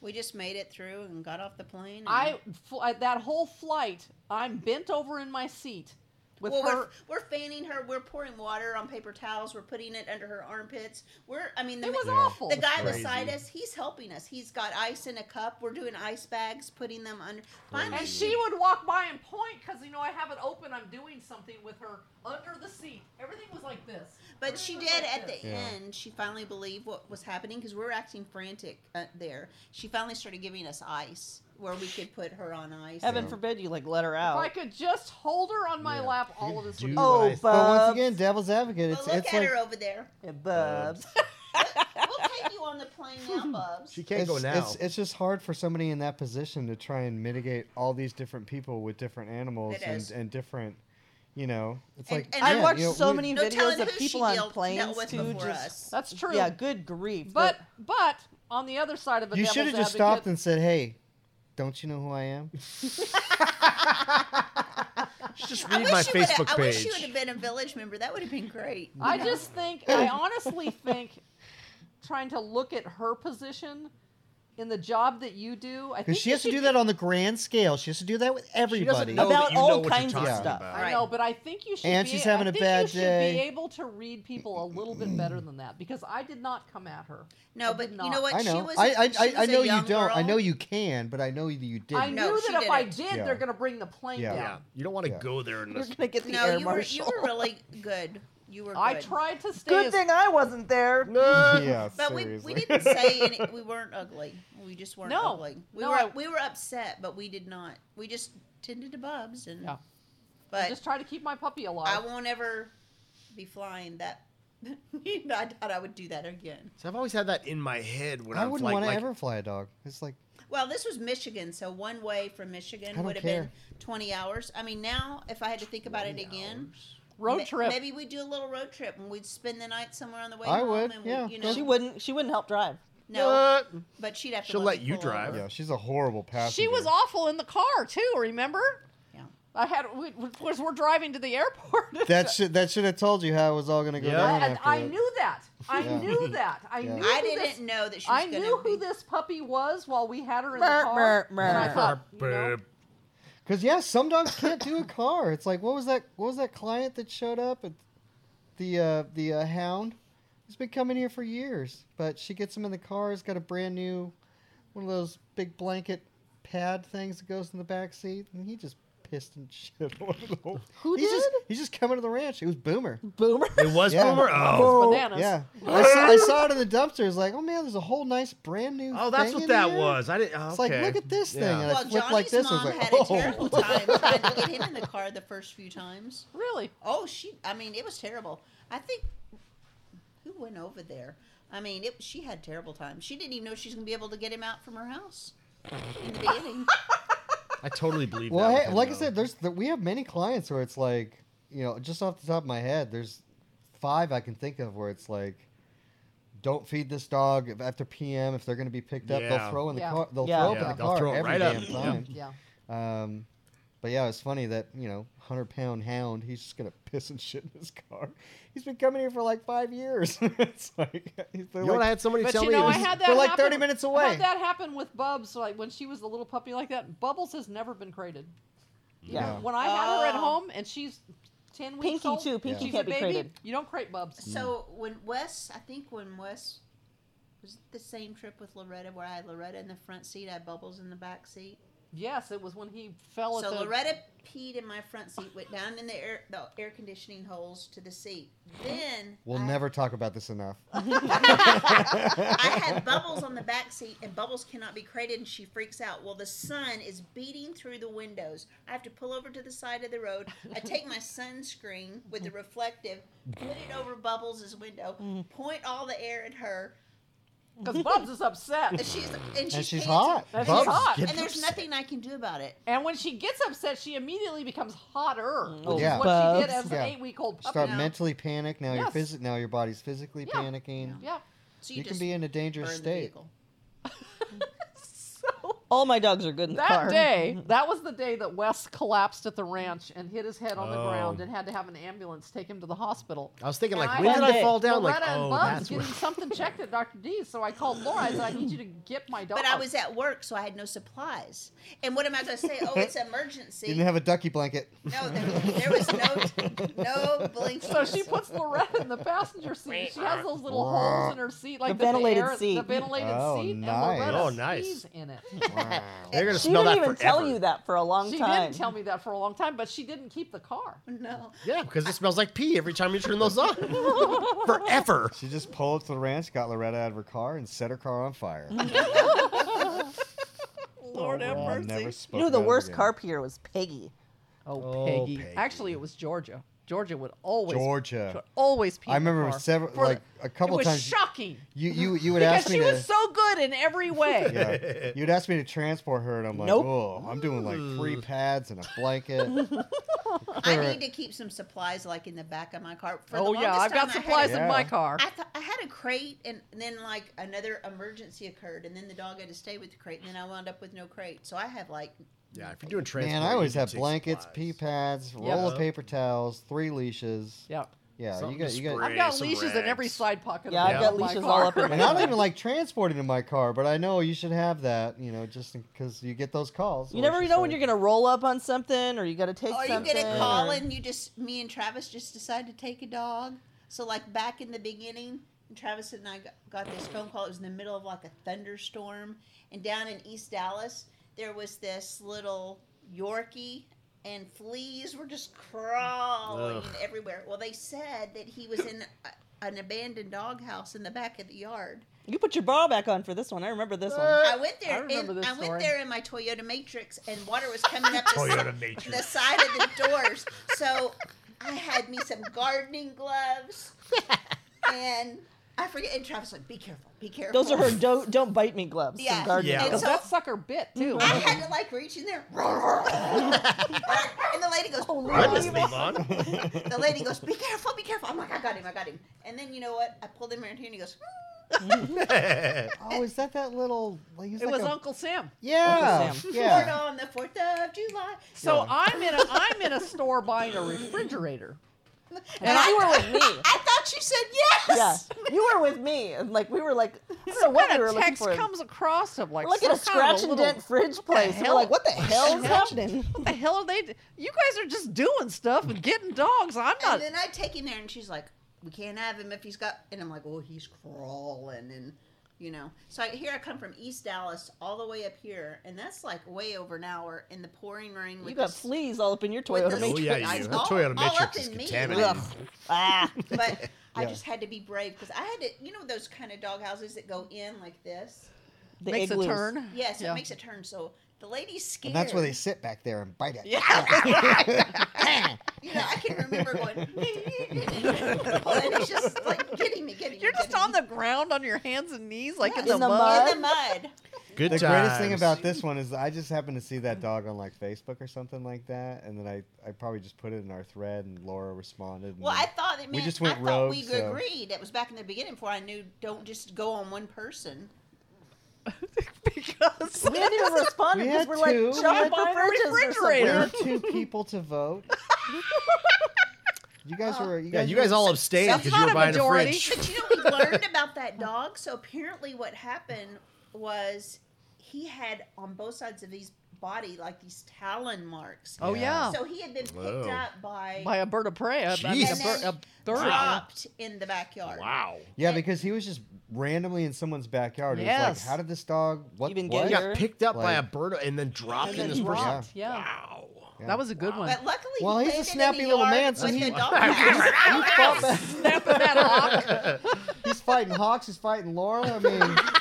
We just made it through and got off the plane. and- I fl- I- that whole flight, I'm bent over in my seat with well, her. we're, we're fanning her. We're pouring water on paper towels. We're putting it under her armpits. We're, I mean, the, It was ma- awful. the guy Crazy. beside us, he's helping us. He's got ice in a cup. We're doing ice bags, putting them under. Finally, And she would walk by and point because know I have it open. I'm doing something with her under the seat. Everything was like this. But Everything she was did like at this. the Yeah. end. She finally believed what was happening because we were acting frantic uh, there. She finally started giving us ice where we could put her on ice. Heaven Yeah. forbid you like let her If I out. could just hold her on my Yeah. lap, You all of this would do be what Oh, I- but- But Bubs. once again, devil's advocate. But It's look it's at like her over there. Yeah, Bubs. We'll take you on the plane now, Bubs. She can't it's, go now. It's, it's just hard for somebody in that position to try and mitigate all these different people with different animals It and, is. and different, you know. It's And- like and I Yeah, watched you know, so we- many No videos telling of who she people on dealt- planes dealt with to before just. us. That's true. Yeah, good grief. But but on the other side of it, You should have just stopped and said, "Hey, don't you know who I am?" Just I read wish my she would've- Facebook I wish she page. would have been a village member. That would have been great. I just think I honestly think trying to look at her position in the job that you do, I think Because she has to do that on the grand scale. She has to do that with She doesn't everybody. know About that you know all what you're kinds of talking stuff. about. I know, but I think you should. And be, she's having I a think bad you should day. Be able to read people a little bit better than that because I did not come at her. I No, did but you not. know what? I She know. was. I a- I, she I, was I a know you young don't. I girl. know you can, but I know that you didn't. I No, knew she that if I didn't. did, Yeah. they're going to bring the plane Yeah. down. Yeah, you don't want to Yeah. go there You're unless gonna get the No, air you were you marshal. were really good. You were. Good. I tried to stay. Good as, thing I wasn't there. yeah, But we, seriously. we didn't say any, we weren't ugly. We just weren't No. ugly. We No, were I- we were upset, but we did not. We just tended to bubs and. Yeah. I But just try to keep my puppy I alive. won't ever be flying that. I doubt I would do that again. So I've always had that in my head when I am wouldn't like, want to like ever fly a dog. It's like Well, this was Michigan, so one way from I Michigan don't would have been care. 20 hours. I mean, now if I had to think about it again, ma- Road trip. Maybe we do a little road trip and we'd spend the night somewhere on the way. I home would, Uh, And yeah. We, you know, She wouldn't. She wouldn't help drive. No, "What?" but she'd have to. She'll me let you pull drive. over. yeah, she's a horrible passenger. She was awful in the car too. Remember? Yeah. I had. We, of course, we're driving to the airport. That should that should have told you how it was all gonna go Yeah. down. I, after I that. knew that. I Yeah. knew that. I Yeah. knew. I who didn't this- know that she was I going knew who be. this puppy was while we had her in the Mer, car. mer, And I mer. thought, you know, Because yeah, some dogs can't do a car. It's like what was that? What was that client that showed up at the uh, the uh, hound? He's been coming here for years, but she gets him in the car. He's got a brand new one of those big blanket pad things that goes in the back seat, and he just pissed and shit all over the whole. Who he's Just, did? he's just coming to the ranch. It was Boomer. Boomer. It was Yeah. Boomer. Oh, Oh, bananas. Yeah, I saw, I saw it in the dumpster. It's like, oh man, there's a whole nice brand new. oh, that's thing what in that here." was. I didn't. oh, It's okay. like, look at this thing. Yeah. And I Well, flipped Johnny's like this. I mom was like, had oh. a terrible time trying to get him in the car the first few times. really? Oh, she. I mean, it was terrible. I think who went over there. I mean, it, she had terrible time. She didn't even know she was going to be able to get him out from her house in the beginning. I totally believe Well, that. with hey, him, like I though. said, there's th we have many clients where it's like, you know, just off the top of my head, there's five I can think of where it's like, don't feed this dog if- after PM if they're going to be picked up. Yeah. They'll throw in the Yeah. car. They'll Yeah. throw up Yeah, in the they'll car throw it every right up. damn Yeah. time. Yeah. Um, but yeah, it's funny that you know, hundred pound hound, he's just gonna piss and shit in his car. He's been coming here for like five years. it's like, they're You know what I like had somebody But tell you me know, I this- had that. they're like happen- 30 minutes I away. had that happen with Bubs, like when she was a little puppy like that. Bubbles has never been crated. Yeah. When I had her at Oh. home and she's ten weeks Pinky old, too. Pinky she's can't a be baby, crated. Mm. You don't crate Bubs. so when Wes, I think when Wes was it the same trip with Loretta where I had Loretta in the front seat, I had Bubbles in the back seat. Yes, it was when he fell Oh, at So the. Loretta peed in my front seat, went down in the air the air conditioning holes to the seat. Then we'll I- never talk about this enough. I had Bubbles on the back seat, and Bubbles cannot be crated, and she freaks out. Well, the sun is beating through the windows. I have to pull over to the side of the road. I take my sunscreen with the reflective, put it over Bubbles' window, Mm. point all the air at her, Because Bubs is and upset. she's and she's, and she's panting. hot. And she's Bubs hot. get- and there's nothing I can do about it. And when she gets upset, she immediately becomes hotter. Oh, Which Yeah. is what she did Bubs. as an Yeah. eight-week-old puppy. Start now. mentally panic. Now your Yes. phys- now your body's physically Yeah. panicking. Yeah. So You, you, can just be in a burn dangerous the state. vehicle. So All my dogs are good in the car. Mm-hmm. that day, that was the day that Wes collapsed at the ranch and hit his head on the Oh. ground and had to have an ambulance take him to the hospital. I was thinking, like, And when I did had I fall down? Loretta Like, and oh, Bubs that's getting where. something checked at Dr. D's, so I called Laura. I said, "I need you to get my dog." But Oh. I was at work, so I had no supplies. And what am I going to say? Oh, it's emergency. You didn't have a ducky blanket. no, there, there was no no blinkers. So she puts Loretta in the passenger seat. She has those little holes in her seat, like that the ventilated air- seat. The ventilated Oh, seat, nice. and Loretta Oh, nice. skis in it. They're gonna she didn't smell that even forever. tell you that for a long She time. didn't tell me that for a long time, but she didn't keep the car. No. Yeah, because it smells like pee every time you turn those on. Forever. She just pulled up to the ranch, got Loretta out of her car, and set her car on fire. Lord Oh, have Well, I mercy. Oh, never You spoke know, the about it worst again. car carpeter was Peggy. Oh, Oh, Peggy. Peggy. Actually, it was Georgia. Georgia would always Georgia. she would always pee. I in the remember car. several- For- like, a couple it was times- Shocking. You you you would Because ask me she to. was so good in every way. yeah. You'd ask me to transport her, and I'm like, Nope. oh, I'm doing like three Mm. pads and a blanket. I Sure. need to keep some supplies like in the back of my car. For the oh yeah, longest I've got time, I had supplies a- in Yeah. my car. I, th- I had a crate, and then like another emergency occurred, and then the dog had to stay with the crate, and then I wound up with no crate. So I have like Yeah, if you're doing transport, Man, I always you have take blankets, supplies. pee pads, Yeah. roll of paper towels, three leashes. yeah. Yeah, Something you got to you got. I've got some leashes in every rags. side pocket. Yeah, of I've my- got of my leashes car. all up in my And I don't even like transporting in my car, but I know you should have that, you know, just because you get those calls. You never know when you're gonna roll up on something, or you gotta take Oh, Or you something. get a call or- and you just me and Travis just decide to take a dog. So like back in the beginning, Travis and I got- got this phone call. It was in the middle of like a thunderstorm, and down in East Dallas there was this little Yorkie, and fleas were just crawling Ugh. everywhere. Well, they said that he was in a, an abandoned doghouse in the back of the yard. You put your bra back on for this one. I remember this one. I went there. I remember and this I went story. there in my Toyota Matrix, and water was coming up the, Toyota si- Matrix. the side of the doors. So I had me some gardening gloves, and I forget. And Travis was like, "Be careful, be careful." Those are her don't don't bite me gloves. from Yeah. Gardening Yeah. And gloves. so that sucker bit too. Mm-hmm. I had to like reach in there, and the lady goes, Run this thing on. The lady goes, "Be careful, be careful." I'm like, "I got him, I got him." And then you know what? I pulled him around here, and he goes. Oh, is that that little? Like, he's It like was a- Uncle Sam. Yeah, Uncle Sam. Born yeah. on the fourth of July. So I'm in a I'm in a store buying a refrigerator. And, you were with me. I thought you said yes. Yeah, you were with me, and like we were like, I don't know Some what we kind were of looking text for. comes across of like we're looking some at a kind of scratch and little- dent fridge place. and hell? We're like, what the hell is hell? happening? What the hell are they? d- You guys are just doing stuff and getting dogs. I'm not. And then I take him there, and she's like, "We can't have him if he's got." And I'm like, "Well, he's crawling," and you know. So I, here I come from East Dallas all the way up here, and that's like way over an hour in the pouring rain. With You got this- fleas all up in your with Toyota this- Oh, Matrix. yeah, you It's do. The all- Toyota all up Matrix is in me. contaminated. Ugh. Ah, But I Yeah. just had to be brave because I had to, you know, those kind of dog houses that go in like this. the makes a igloos. turn. Yes, Yeah. it makes a turn. So the lady's scared. And that's where they sit back there and bite it. You know, I can remember going. and it's just like getting me, getting me. You're just getting on me. the ground on your hands and knees, like in, In the, the mud. in the mud. Good the greatest thing times. about this one is I just happened to see that dog on like Facebook or something like that, and then I, I probably just put it in our thread, and Laura responded. And Well, I then- thought it meant We just went I thought rogue, we so- agreed. That was back in the beginning before I knew don't just go on one person. because We didn't even respond We because had we're like, two. "Shut We up, had buying two fridges or refrigerators. there something." are two people to vote. You guys were you Yeah, guys, you guys all abstained That's because you not were a buying majority. a fridge. But you know, we learned about that dog. So apparently, what happened was he had on both sides of his body like these talon marks. oh yeah, So he had been picked Whoa. up by, by a bird of prey. I, I mean, a, and bird, then a bird. dropped in the backyard. Wow. Yeah, because he was just randomly in someone's backyard. It was Yes. like, how did this dog? What? Even what? You got Here. picked up by a Like- bird and then dropped And in then this person. dropped. person. Yeah. Wow. that was a good one. But luckily, Well, he he's a landed in snappy the little yard man, so with he- the dog house. He fought back. Snapping that off. He's fighting hawks. He's fighting Laura. I mean, that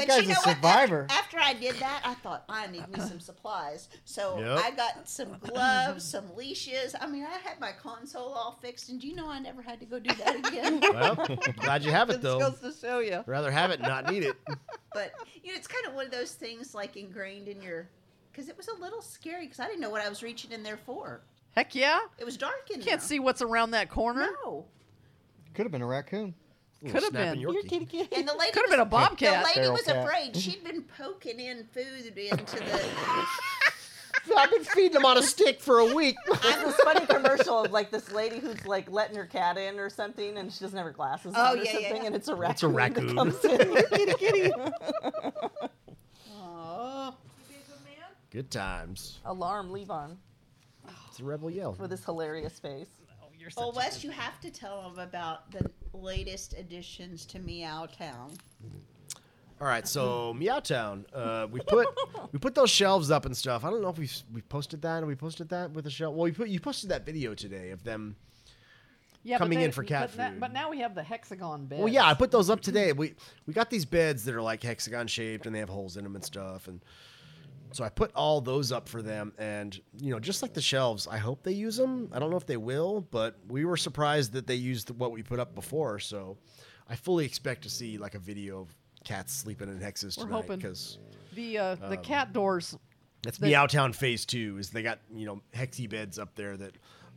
But guy's you know a what? After- survivor. After, I did that, I thought I need me some supplies. So Yep. I got some gloves, some leashes. I mean, I had my console all fixed, and do you know I never had to go do that again. Well, glad you have it Just though. goes to show you. Rather have it, not need it. but you know, it's kind of one of those things like ingrained in your. Because it was a little scary because I didn't know what I was reaching in there for. Heck yeah. It was dark in there. Can't see what's around that corner. No. Could have been a raccoon. Could have been. You're kitty kitty. And the lady Could have was- been a bobcat. The lady Feral was cat. afraid. She'd been poking in food into the. I've been feeding him on a stick for a week. There's this funny commercial of like this lady who's like letting her cat in or something, and she doesn't have her glasses Oh, on or yeah, yeah, something, yeah. and it's a raccoon. It's a That raccoon. comes in. kitty kitty. Oh. Good times. Alarm, leave on It's a rebel yell. with this hilarious face. Oh, Well, Wes, you have to tell them about the latest additions to Meow Town. All right, so Meowtown, uh, we put we put those shelves up and stuff. I don't know if we we posted that. We posted that with a shelf. Well, you put you posted that video today of them. Yeah, Coming but in for cat but na- food. but now we have the hexagon bed. Well, yeah, I put those up today. We we got these beds that are like hexagon shaped and they have holes in them and stuff, and so I put all those up for them. And you know, just like the shelves, I hope they use them. I don't know if they will, but we were surprised that they used what we put up before. So I fully expect to see like a video of cats sleeping in hexes We're tonight hoping. because the uh, Um. the cat doors. that's They- Meowtown Phase Two. Is they got you know hexy beds up there that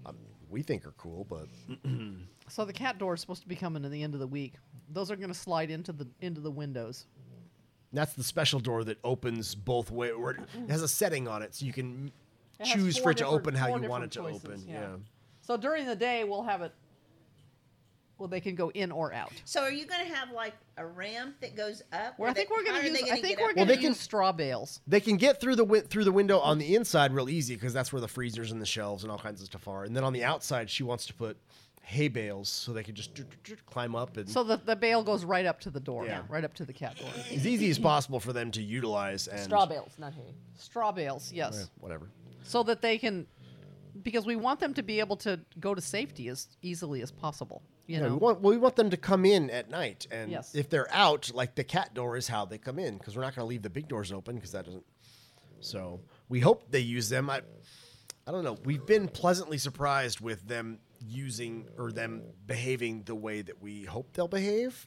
um, we think are cool, but So the cat door is supposed to be coming in the end of the week. Those are going to slide into the into the windows. That's the special door that opens both way. Or it has a setting on it, so you can It has choose for four it to different- open how four you want it to different choices, open. Yeah. So during the day, we'll have it. Well, they can go in or out. So are you going to have like a ramp that goes up? Well, I Or they- think we're how going are to use. they I gonna think get we're up going there? Well, to they use can- straw bales. They can get through the win- through the window on the inside real easy because that's where the freezers and the shelves and all kinds of stuff are. And then on the outside, she wants to put hay bales so they can just dr- dr- dr- climb up and So the, the bale goes right up to the door, Yeah. right up to the cat door. as easy as possible for them to utilize and Straw bales, not hay. Straw bales, yes. Yeah, whatever. So that they can, because we want them to be able to go to safety as easily as possible. You Yeah, know, we want well, we want them to come in at night, and Yes. if they're out, like the cat door is how they come in, because we're not going to leave the big doors open, because that doesn't. So we hope they use them. I, I don't know. We've been pleasantly surprised with them using or them behaving the way that we hope they'll behave.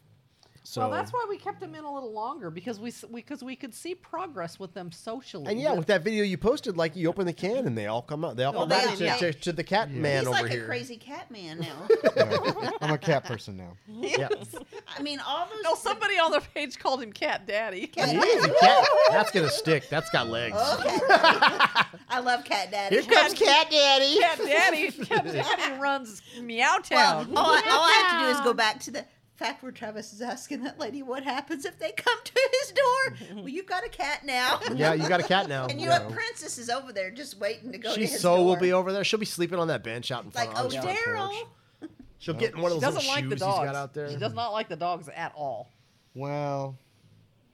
So well, that's why we kept them in a little longer because we because we, 'cause we could see progress with them socially. And yeah, with- with that video you posted, like you open the can and they all come out. They all Well, come they out all- to, yeah. to, to the cat man He's over like here. a crazy cat man now. Yeah. I'm a cat person now. yeah. I mean, all those. no, somebody on the page called him Cat Daddy. He is a cat. That's gonna stick. That's got legs. Okay. I love Cat Daddy. Here comes Cat Daddy. Cat Daddy, Cat Daddy runs Meowtown. Well, all, oh, I, all I have to do is go back to the fact where Travis is asking that lady what happens if they come to his door. Well, you've got a cat now. Yeah, you got a cat now. And you know what? Princess is over there just waiting to go She to his so door. will be over there. She'll be sleeping on that bench out in Like, front oh, of his front Daryl. porch. She'll get in one of She those doesn't little like shoes the he's dogs. got out there. She does not like the dogs at all. Well,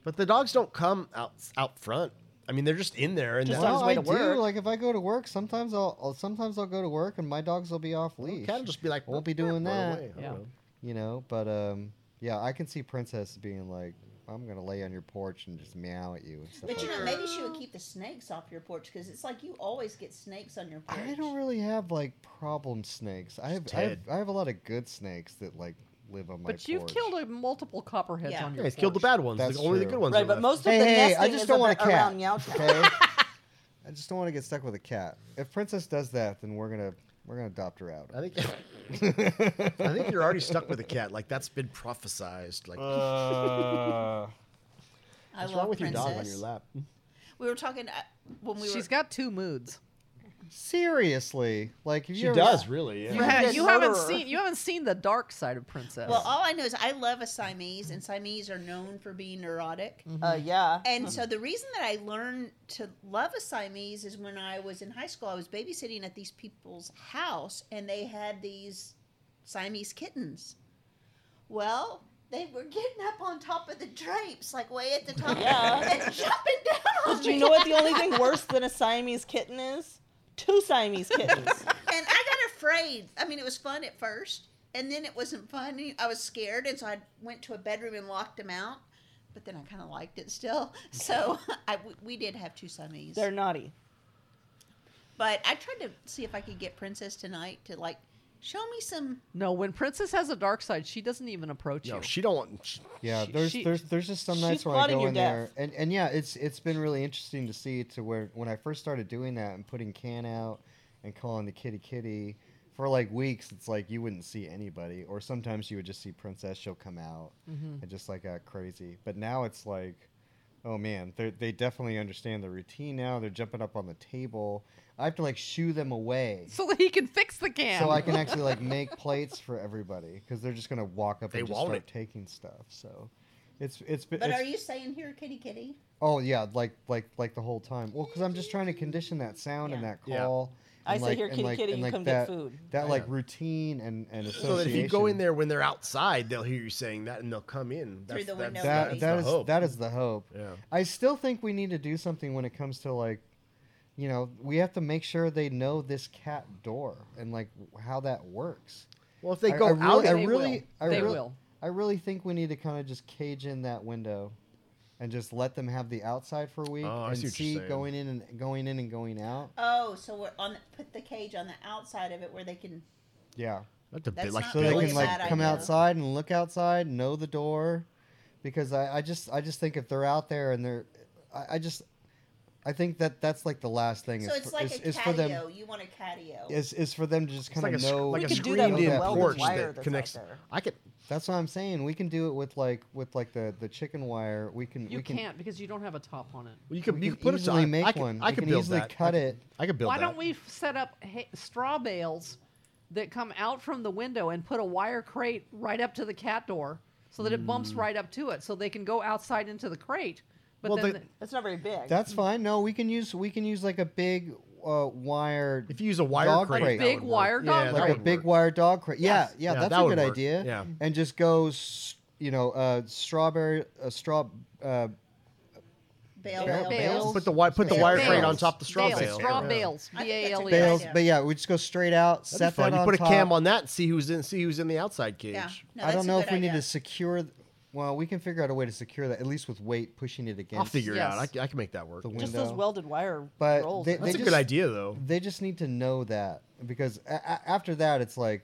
But the dogs don't come out out front. I mean, they're just in there, and Just that- on his well way I to do. work. Like if I go to work, sometimes I'll, I'll sometimes I'll go to work and my dogs will be off the leash. cat will just be like, Won't be doing "Run that." away. I don't Yeah. know. you know but um yeah i can see princess being like i'm gonna lay on your porch and just meow at you and stuff But you like know, maybe she would keep the snakes off your porch because it's like you always get snakes on your porch. that. i don't really have like problem snakes i have, I have Ted. i have a lot of good snakes that like live on my But you've porch. killed a multiple copperheads Yeah. on Yeah, your he's killed the porch. bad ones. That's the, only the true. good ones. Right, are but left. most of hey the hey nesting i just is don't ab- want a cat around uh, Meowtown. okay i just don't want to get stuck with a cat if princess does that then we're gonna we're gonna adopt her out I think. I think you're already stuck with a cat. Like that's been prophesized. Like Uh, I what's love wrong with Princess. your dog on your lap? We were talking uh, when we She's were. got two moods. seriously like if She you ever- does really. Yeah. You, ha- good you haven't murderer. seen you haven't seen the dark side of Princess. well, all I know is I love a Siamese, and Siamese are known for being neurotic. Uh, Mm-hmm. yeah. And so the reason that I learned to love a Siamese is when I was in high school, I was babysitting at these people's house and they had these Siamese kittens. Well, they were getting up on top of the drapes, like way at the top, Yeah. and jumping down on Do me. you know what the only thing worse than a Siamese kitten is? Two Siamese kittens. and I got afraid. I mean, it was fun at first, and then it wasn't fun. any- I was scared, and so I went to a bedroom and locked them out. But then I kind of liked it still. So I, we- we did have two Siamese. They're naughty. But I tried to see if I could get Princess tonight to like show me some. no, when Princess has a dark side, she doesn't even approach No, you. she don't want. she- Yeah, She- there's she- there's there's just some she's nights where I plotting go your in death. there, and and yeah, it's it's been really interesting to see to where when I first started doing that and putting can out and calling the kitty kitty for like weeks, it's like you wouldn't see anybody, or sometimes you would just see princess. She'll come out and just like act crazy. But now it's like, oh man, they they definitely understand the routine now. They're jumping up on the table. I have to like shoo them away. so that he can fix the can. So I can actually like make plates for everybody because they're just gonna walk up They and just want start it. taking stuff. So, it's it's been. But it's- are you saying here, kitty kitty? Oh yeah, like like like the whole time. Well, because I'm just trying to condition that sound and Yeah. that Yeah. call, I and say, "Here, and kitty, kitty, and you come that, get food." That like Yeah. routine and and association. So that if you go in there when they're outside, they'll hear you saying that, and they'll come in Through the window, that That's that the is hope. that is the hope. Yeah. I still think we need to do something when it comes to like, you know, we have to make sure they know this cat door and like how that works. Well, if they I- go I really- out, I They really, will. I They really, will. I really think we need to kind of just cage in that window, and just let them have the outside for a week Oh, I and see what you're see saying. going in and going in and going out. Oh, so we're on the, put the cage on the outside of it where they can. Yeah, that's a That's bit like not so they really can a like bad come idea. outside and look outside, know the door, because I, I just I just think if they're out there and they're, I, I just, I think that that's like the last thing. So is it's for, like is, a is catio. for them you want a catio. is is for them to just kind like a of sc- know. like We a could do that with screened-in a welded porch wire that that's out connects. there. I could. that's what I'm saying. We can do it with like with like the the chicken wire. We can You we can can't because you don't have a top on it. Well, you could, We you can could put easily it. make I could, one. I We could can build easily that. cut I could, it. I could build Why that. don't we set up ha- straw bales that come out from the window and put a wire crate right up to the cat door so that it bumps Mm. right up to it so they can go outside into the crate? But Well, then the- the- It's not very big. That's fine. No, we can use we can use like a big uh, wire, If you use a wire Dog crate, crate. that Big would work. wire Yeah, dog that crate. like a would big work. wire dog crate. Yes. Yeah, yeah, Yeah, that's that a would good work. idea. Yeah. and just go, s- you know, uh, strawberry uh, straw uh, Oh, Bale, bale- bale, bale. bales. Put the wire, put the wire Bales. crate on top of the straw bales, bale. Straw Yeah. bales. I B think A that's a L E good S. bales. idea. But yeah, we just go straight out, That'd be set fun. that You on put a top. cam on that and see who's in. See who's in the outside cage. Yeah. No, I that's don't a know good if we need idea. to secure. th- Well, we can figure out a way to secure that at least with weight pushing it against. I'll figure it out. I, Yes. c- I can make that work. The That's win- just those window. welded wire But rolls. they- I they a think. just- good idea, though. They just need to know that because a- a- after that, it's like,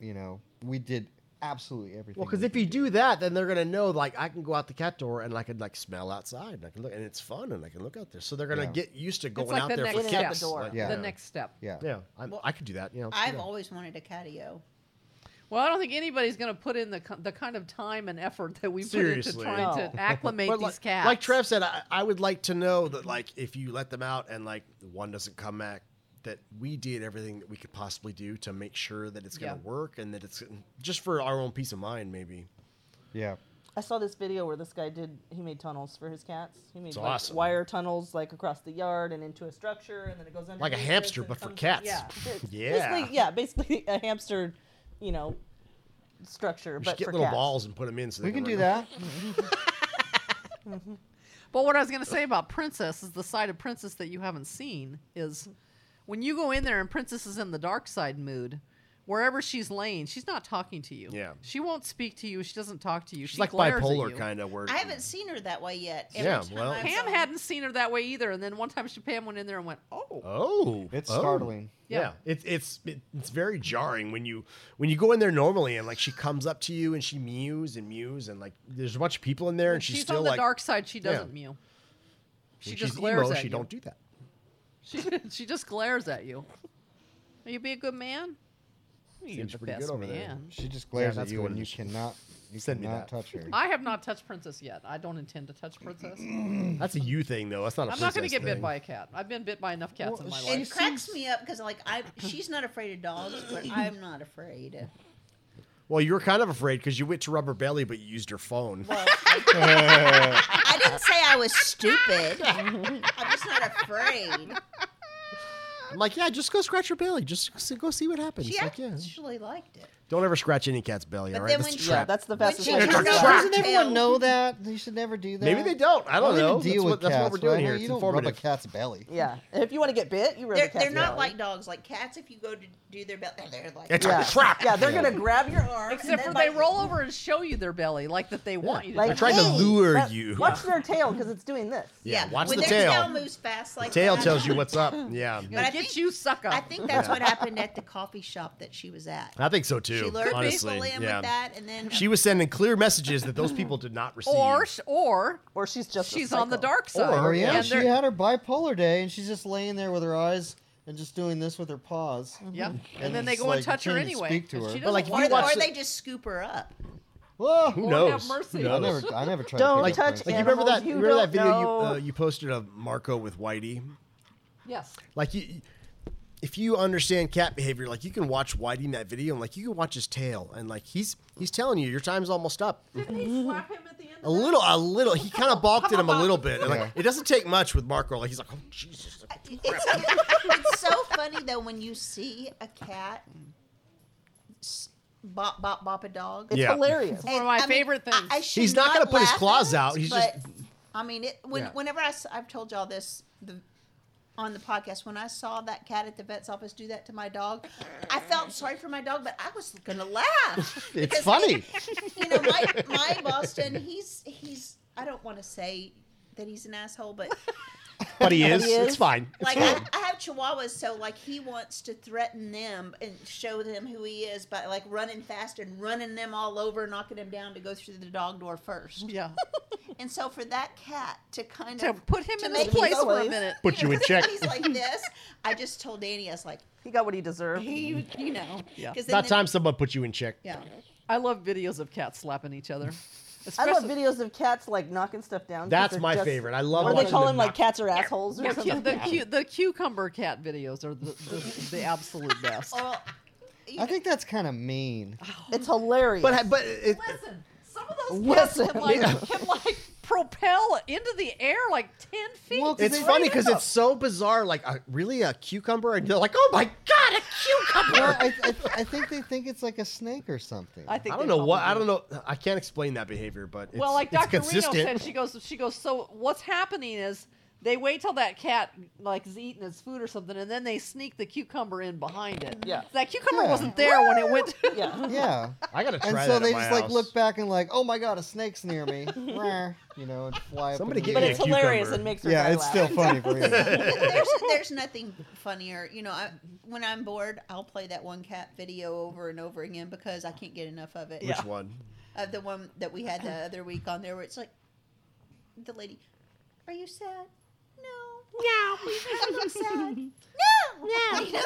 you know, we did absolutely everything. Well, because we if you could do that, then they're gonna know. Like I can go out the cat door and I can like smell outside and I can look and it's fun and I can look out there. So they're gonna Yeah. get used to going like out the there for next step. kicks. Door. Like, Yeah. The next step. yeah, Yeah, I, I could do that. You know, I've yeah. always wanted a catio. Well, I don't think anybody's going to put in the, ki- the kind of time and effort that we Seriously. put into trying to No. acclimate But these like, cats. like Trev said, I, I would like to know that like if you let them out and like one doesn't come back, that we did everything that we could possibly do to make sure that it's gonna Yeah. work and that it's just for our own peace of mind, maybe. yeah. I saw this video where this guy did. He made tunnels for his cats. He made It's like, awesome. wire tunnels like across the yard and into a structure, and then it goes under. Like a hamster, but for cats. Yeah, it's Yeah. Basically, yeah, basically a hamster, you know, structure, We should but get for little cats. balls and put them in. So they We can run do around. that. But what I was going to say about Princess is the side of Princess that you haven't seen is when you go in there and Princess is in the dark side mood, wherever she's laying, she's not talking to you. Yeah. She won't speak to you. She doesn't talk to you. She's she like glares at bipolar you. kind of word. I haven't seen her that way yet. Every Yeah, time well- I was Pam on- hadn't seen her that way either. And then one time she Pam went in there and went, oh. Oh, It's oh. startling. Yeah, Yeah. it's it's it, it's very jarring when you when you go in there normally and like she comes up to you and she mews and mews and like there's a bunch of people in there When and she's, she's still on the like dark side. She Yeah. doesn't mew. She when just she's glares emo, at she you. don't do that. She, she just glares at you. Will you be a good man? You're Seems the pretty good best over there. man. She just glares at that's you, going and to you sh- cannot you send me cannot that. touch her. I have not touched Princess yet. I don't intend to touch Princess. That's a you thing though. That's not a I'm not going to princess get bit thing. by a cat. I've been bit by enough cats Well, in my she- life. It cracks me up because like I, she's not afraid of dogs, but I'm not afraid. Well, you were kind of afraid because you went to rub her belly, but you used her phone. Well, I, I didn't say I was stupid. I'm just not afraid. I'm like, yeah, just go scratch her belly. Just s- go see what happens. She like, yeah. actually liked it. Don't ever scratch any cat's belly. But all right, then that's when a she- Yeah, trap. that's the fastest she way. comes to do out- it. Crack. Doesn't everyone know that? They should never do that. Maybe they don't. I don't Why know. even deal that's with what, that's what cats, we're doing right? here. No, It's you don't rub a informative. Oh, cat's belly. Yeah, if you want to get bit, you rub They're, the cat's they're not belly. like dogs. Like cats, if you go to do their belt, they're like. It's yeah. a trap. Yeah, they're gonna grab your arm. and Except then for they bite roll over and show you their belly like that they want you to. Like, They're trying touch. to "Hey, lure let- you." Watch their tail because it's doing this. Yeah, watch when the their tail. moves fast like Tail that. tells you what's up. Yeah. but I Get think- you, sucker. I think that's what happened at the coffee shop that she was at. I think so too. She lured honestly, people in yeah. with that, and then She was sending clear messages that those people did not receive. Or sh- or Or she's just. a she's on the psycho. dark side. Oh yeah, and she they're- had her bipolar day, and she's just laying there with her eyes and just doing this with her paws. yeah. And, then And they it's go and like, touch you her can't even anyway. speak to and her. She But, doesn't like, if or, want they- you to- watch or the- they just scoop her up. Whoa! who Lord knows? have mercy. Who I knows? never, I never tried. Don't to Like- pick up touch things. Like you remember that? Animals You you remember that don't video you know. uh, you posted of Marco with Whitey? yes. Like you, if you understand cat behavior, like you can watch Whitey in that video, and like you can watch his tail, and like he's he's telling you your time's almost up. Mm-hmm. Didn't he slap him at the end in A the little, a little. He kind of balked at him a little bit. And Yeah. like, it doesn't take much with Marco. Like, he's like, oh Jesus. It's, it's so funny though when you see a cat s- bop bop bop a dog. It's Yeah. hilarious. One of my favorite things. should He's not gonna put his laugh at claws it, out, he's just- but, I mean, it, when, Yeah. whenever I, have told y'all this the, on the podcast, when I saw that cat at the vet's office do that to my dog, I felt sorry for my dog, but I was gonna laugh. It's Because funny. you know, my, my Boston, he's he's. I don't want to say that he's an asshole, but But he is. is. He is. It's fine. It's like fine. I, I have chihuahuas so like he wants to threaten them and show them who he is by like running fast and running them all over knocking them down to go through the dog door first yeah. and so for that cat to kind To of put him to in make his him place go for a away. minute. Put you in 'cause check. he's like this i just told danny i was like He got what he deserved. he you know Yeah. 'cause then That the- time someone put you in check. yeah I love videos of cats slapping each other. I love Especially- videos of cats like knocking stuff down. 'cause That's they're my just- favorite. I love Or they watching call them them like knock- cats or assholes or The, cu- something. the, cu- the cucumber cat videos are the, the, the absolute best. or, I think that's kind of mean. It's hilarious. But but it, Listen, some of those cats Listen. can like, can like propel into the air like ten feet. Well, 'cause it's they funny light because up. it's so bizarre. Like, a, really, a cucumber? And they're like, oh my god, a cucumber! Well, I, I, I think they think it's like a snake or something. I think I don't they know what. I probably don't know. I can't explain that behavior, but it's, well, like it's Dr. Reno consistent. said, she goes, she goes. So what's happening is they wait till that cat like is eating its food or something, and then they sneak the cucumber in behind it. Yeah. that cucumber Yeah. wasn't there when it went. yeah. yeah. I gotta try And that. so at they my just like house. look back and like, oh my god, a snake's near me. Rawr, you know, and fly up. Somebody in get the But me air. it's a hilarious cucumber. and makes her Yeah, die it's laugh. still funny for you. there's, there's nothing funnier. You know, I, when I'm bored, I'll play that one cat video over and over again because I can't get enough of it. Which one? Uh, the one that we had the other week on there where it's like, the lady, are you sad? No. No. I'm not sad. No. No. You know?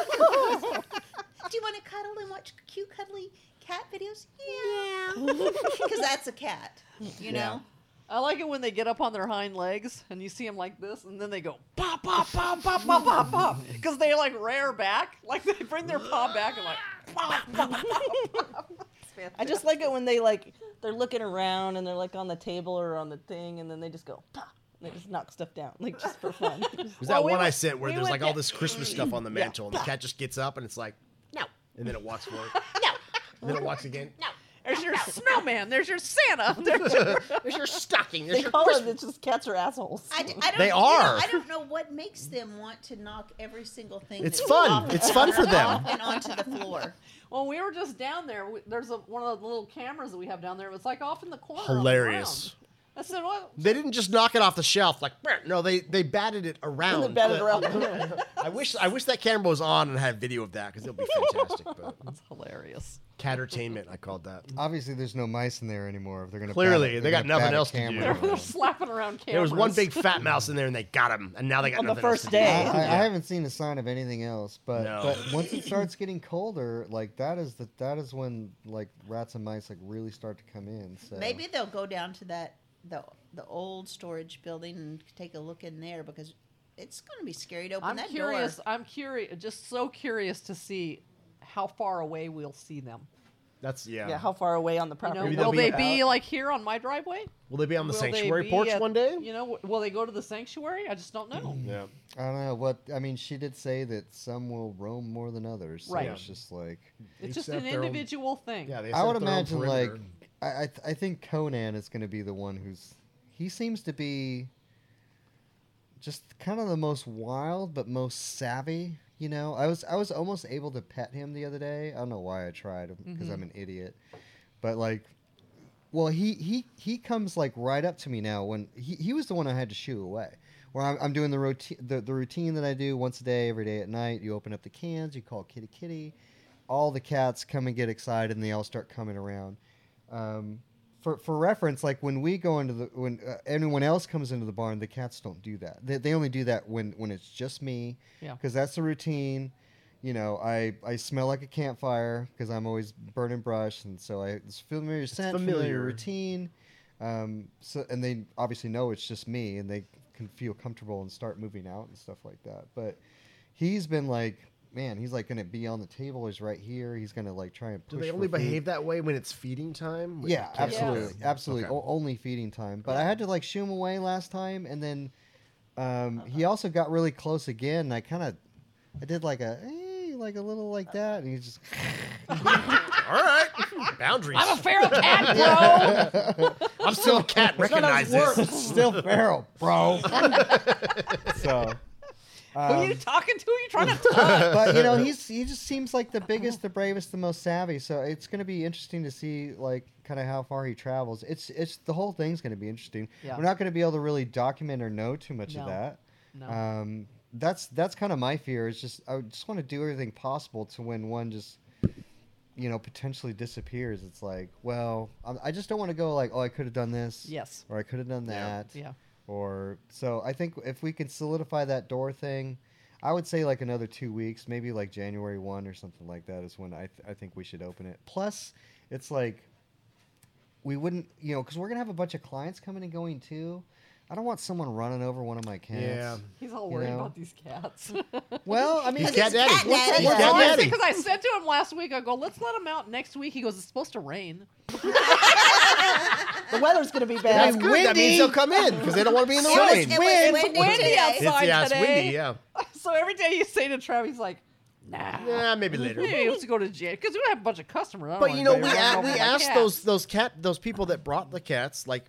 Do you want to cuddle and watch cute cuddly cat videos? Yeah. Because that's a cat, you know? I like it when they get up on their hind legs and you see them like this, and then they go pop, pop, pop, pop, pop, pop, pop, because they like rear back, like they bring their paw back and like. pop, pop, pop, pop. It's I just like it when they like they're looking around and they're like on the table or on the thing and then they just go "Pah," and they just knock stuff down like just "Oh, for fun. Was Well, that we one I went- sent where we there's like went all to- this Christmas stuff on the mantle, and the cat just gets up and it's like, no, and then it walks forward, no, and then it walks again. There's your snowman. There's your Santa. There's your... There's your stocking. There's they your call Christmas. it it's just cats are assholes. I, d- I don't, They you know, are. I don't know what makes them want to knock every single thing. It's that's fun. off It's and fun on- for them. off And onto the floor. Well, we were just down there. We, there's a, one of the little cameras that we have down there. It was like off in the corner. on the Hilarious. ground. I said, "What? They didn't just knock it off the shelf like "Brr." no, they they batted it around. And they batted around. I wish I wish that camera was on and had video of that because it'll be fantastic. but That's hilarious." catertainment, I called that. Obviously, there's no mice in there anymore. If they're gonna bat Clearly, it- they they're got gonna nothing bat a else to camera do. They're, around. they're slapping around cameras. There was one big fat mouse in there, and they got him, and now they got On the nothing else first to do. day. I, I, I Yeah. haven't seen a sign of anything else, but No. but once it starts getting colder, like that is the that is when like rats and mice like really start to come in. So Maybe they'll go down to that the the old storage building and take a look in there because it's going to be scary to open I'm that curious. door. I'm curious. Just so curious to see how far away we'll see them. That's yeah. yeah, how far away on the You know, property? Maybe they'll will they be be out. like here on my driveway? Will they be on the Will they sanctuary be porch at- one day? You know, will they go to the sanctuary? I just don't know. Yeah. I don't know what I mean. She did say that some will roam more than others. So Right. It's just like It's just Except an their own- individual thing. Yeah. They I set would up their own imagine like perimeter. I I, th- I think Conan is going to be the one who's he seems to be just kind of the most wild but most savvy. You know, I was I was almost able to pet him the other day. I don't know why I tried because I'm an idiot, but like. Well, he, he, he comes like right up to me now. When he, he was the one I had to shoo away, where I'm, I'm doing the routine the, the routine that I do once a day, every day at night. You open up the cans, you call kitty kitty, all the cats come and get excited and they all start coming around um, for, for reference like when we go into the when uh, anyone else comes into the barn the cats don't do that they, they only do that when when it's just me Yeah. because that's the routine you know i i smell like a campfire because i'm always burning brush and so i it's familiar scent familiar, familiar. routine um, so and they obviously know it's just me and they can feel comfortable and start moving out and stuff like that but he's been like man, he's like gonna be on the table. He's right here. He's gonna like try and. Do Push they only for food. behave that way when it's feeding time? When Yeah, you can't- absolutely, Yeah. absolutely. Okay. O- only feeding time. But I had to like shoo him away last time, and then um, Uh-huh. he also got really close again. And I kind of, I did like a, eh, like a little like that, and he's just. Oh. All right. Boundaries. I'm a feral cat, bro. I'm still a cat. Recognize this. Still feral, bro. so. Who are um, you talking to? Who are you trying to talk? but you know he's he just seems like the biggest the bravest the most savvy so it's going to be interesting to see like kind of how far he travels it's it's the whole thing's going to be interesting Yeah. we're not going to be able to really document or know too much No. of that No. um that's that's kind of my fear is just i would just want to do everything possible to when one just you know potentially disappears it's like well i i just don't want to go like oh i could have done this Yes. or i could have done Yeah. that Yeah. or so i think if we can solidify that door thing i would say like another two weeks maybe like january 1 or something like that is when i, th- I think we should open it plus it's like we wouldn't you know because we're gonna have a bunch of clients coming and going too i don't want someone running over one of my Yeah. cats He's all You worried know? about these cats. well i mean He's cat it's- daddy. cat daddy. He's Yeah. cat daddy. Because I said to him last week, I go, let's let him out next week. He goes, it's supposed to rain. The weather's gonna be bad. That's good. That means they'll come in because they don't want to be in the It was- rain. it was It's windy windy today. outside. It's yeah, it's today. windy. Yeah. So every day you say to Trav, he's like, nah. Nah, maybe later. Maybe he has to go to jail because we don't have a bunch of customers. I don't But want you know, we, anybody running a- over we my asked cats. those those cat those people that brought the cats like.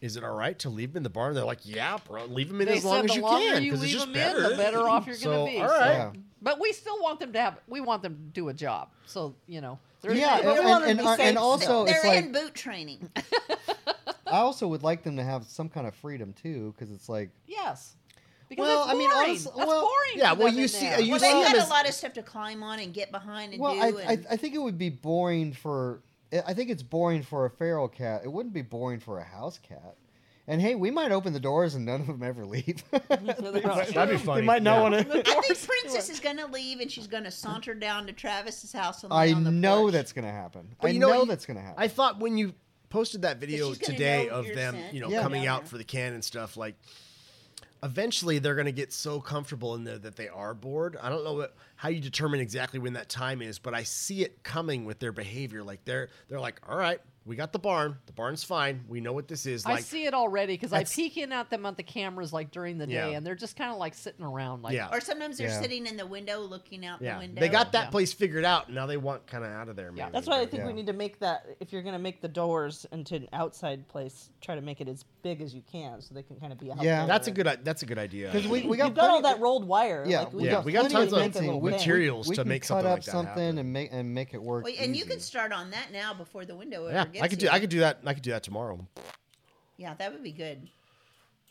Is it all right to leave them in the barn? They're like, yeah, bro, leave them in They as long said as the you longer can you because it's leave just 'em in, better. the better off you're gonna So, be, All right, yeah. But we still want them to have. We want them to do a job. So you know, there's Yeah, nothing- and- We want 'em and- uh, to be and safe also still. it's They're like- in boot training. i also would like them to have some kind of freedom too because it's like yes. Because Well, that's I mean, boring. honestly- that's well- boring. Yeah, for well, them you in see- uh, there. you well, see they him had a as- lot of stuff to climb on and get behind and well do. I, I, and I think it would be boring for I- i think it's boring for a feral cat it wouldn't be boring for a house cat and hey we might open the doors and none of them ever leave That'd be funny. they might not yeah. want to I think Princess is gonna leave and she's gonna saunter down to Travis's house and lay I on the know porch. that's gonna happen. But I you know know, what you- that's gonna happen. I thought when you posted that video she's gonna today know of your them, scent. you know, Yeah. coming Yeah. out for the can and stuff, like eventually they're going to get so comfortable in there that they are bored. I don't know what, how you determine exactly when that time is, but I see it coming with their behavior. Like they're they're like, "All right, we got the barn. The barn's fine. We know what this is." Like I see it already because I That's- peek in at them at the cameras like during the day, Yeah. and they're just kind of like sitting around, like Yeah. Or sometimes they're Yeah. sitting in the window looking out Yeah. the window. They got that Yeah. place figured out. Now they want kind of out of there, Yeah. maybe. That's why I think Yeah. we need to make that. If you're gonna make the doors into an outside place, try to make it as big as you can, so they can kind of be out. Yeah. there. That's a good i- that's a good idea. Because we, we You've got, got all plenty- that rolled wire. Yeah, like, we yeah, got we got plenty tons of make a fencing. little thing. We- materials we to can make cut something up like that something happen. and make and make it work. Well, and you easy. could start on that now before the window ever yeah, gets I could do here. I could do that. I could do that tomorrow. Yeah, that would be good.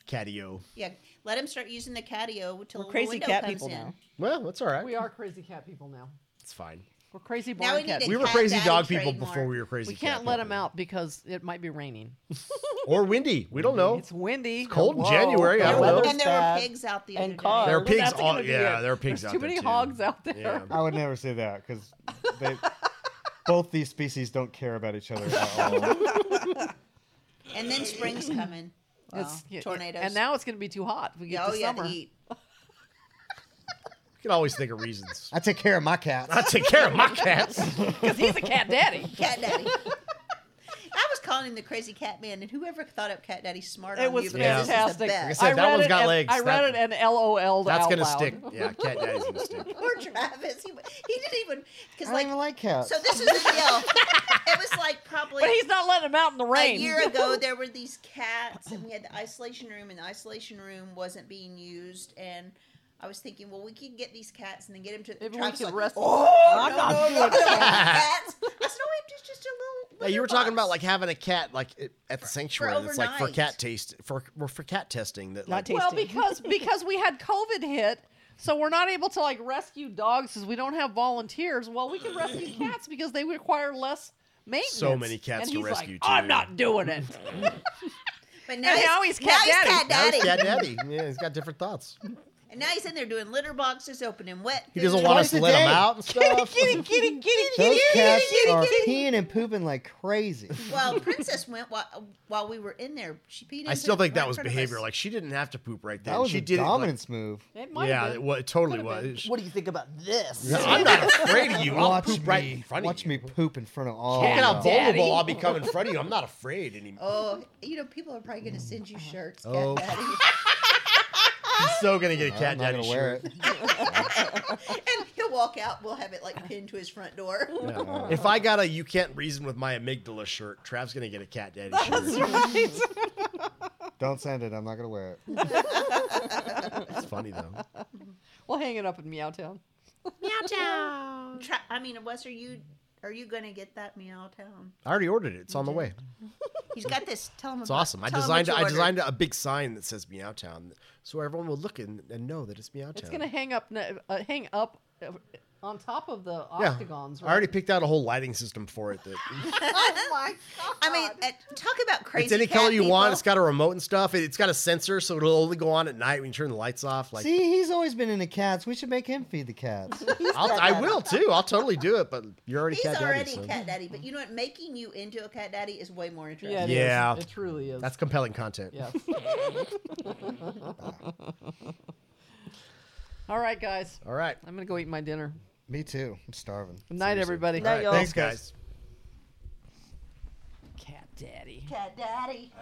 Catio. Yeah, let him start using the catio till We're crazy the window cat comes people in. now. Well, that's all right. we are crazy cat people now. It's fine. We're crazy barn Now we need cats. to- We were Cat crazy daddy dog people trademark. before we were crazy. we can't cat let people. them out because it might be raining. Or windy. We don't know. It's windy. It's Oh. cold in Whoa. January. There Yeah, I don't were, well, know. there's and there were bad. pigs out the And other cars. day. There are Well, pigs. that's All, gonna be yeah, it. there are pigs There's out too there many too. hogs out there. Yeah. I would never say that because both these species don't care about each other at all. And then spring's coming. Wow. It's- yeah, yeah. tornadoes. And now it's going to be too hot. We get oh to yeah, summer. the heat. You can always think of reasons. I take care of my cats. I take care of my cats. Because he's a cat daddy. Cat daddy. I was calling him the crazy cat man, and whoever thought up cat daddy smart It on you was because this is the fantastic. best. said, that read one's it got and- legs. I read That- it and LOL. That's going gonna to stick. Yeah, cat daddy's gonna stick. Poor Travis. He, he didn't even because I like, don't even like cats. so this is the deal. it was like probably But he's not letting him out in the a rain. year ago there were these cats and we had the isolation room and the isolation room wasn't being used and. I was thinking, well, we could get these cats and then get them to. Maybe we Travis could like, rest- Oh, I'm no, not no, no, no, doing that." cats. I said, no, we have to just a little. Yeah, you litter were talking box." about like having a cat like it- at the sanctuary. It's like for overnight. cat taste for well, for cat testing that Not like, taste- well, tasty. because because we had COVID hit, so we're not able to like rescue dogs because we don't have volunteers. Well, we can rescue cats because they require less maintenance. many cats And to he's like, rescue, I'm too." not doing it. But now, now he's, he's cat now daddy. He's cat Now daddy. it's cat daddy. Yeah, he's got different thoughts. And now he's in there doing litter boxes, opening wet. He doesn't food. want Twice us to a let him day. out and stuff. kitty, kitty, Those cats are peeing and pooping like crazy. Well, Princess went while, while we were in there. She peed. I into- still think right that in was front of behavior. us. Like she didn't have to poop right then. That was she a did it, like- dominance move. It might yeah, have it, been. wa- it totally Could have been. was. What do you think about this? No, I'm not afraid of you. I'll Watch poop me, right in front of watch you. me poop in front of Look all. Look at how y'all. Daddy. vulnerable I'll become in front of you. I'm not afraid anymore. Oh, you know, people are probably going to send you shirts. Cat Oh. Daddy. He's so gonna get a cat I'm not daddy gonna shirt. wear it. and he'll walk out. We'll have it like pinned to his front door. Yeah. If I got a "You Can't Reason with My Amygdala" shirt, Trav's gonna get a cat daddy shirt. Don't send it. I'm not gonna wear it. It's funny though. We'll hang it up in Meowtown. Try, I mean, Wes, are you are you going to get that meow town? I already ordered it. It's on the way. He's got this. Tell him. It's awesome. I tell him what designed you I ordered. designed a big sign that says Meow Town, so everyone will look and, and know that it's Meow Town. It's gonna hang up, ne- uh, hang up uh, on top of the yeah. octagons. I already picked out a whole lighting system for it. That oh my god! I mean, uh, talk about crazy. it's any cat color you want. people. It's got a remote and stuff. It, it's got a sensor, so it'll only go on at night when you turn the lights off. Like See, he's always been into cats. We should make him feed the cats. I'll, I will too. I'll totally do it. But you're already He's cat already daddy. so- cat daddy, but you know what? Making you into a cat daddy is way more interesting. yeah, it is. Yeah. it truly is. That's compelling content. yes. All right, guys. All right. I'm gonna go eat my dinner. Me too. I'm starving. Good night, everybody. Night, y'all. Thanks, guys. Cat Daddy. Cat daddy.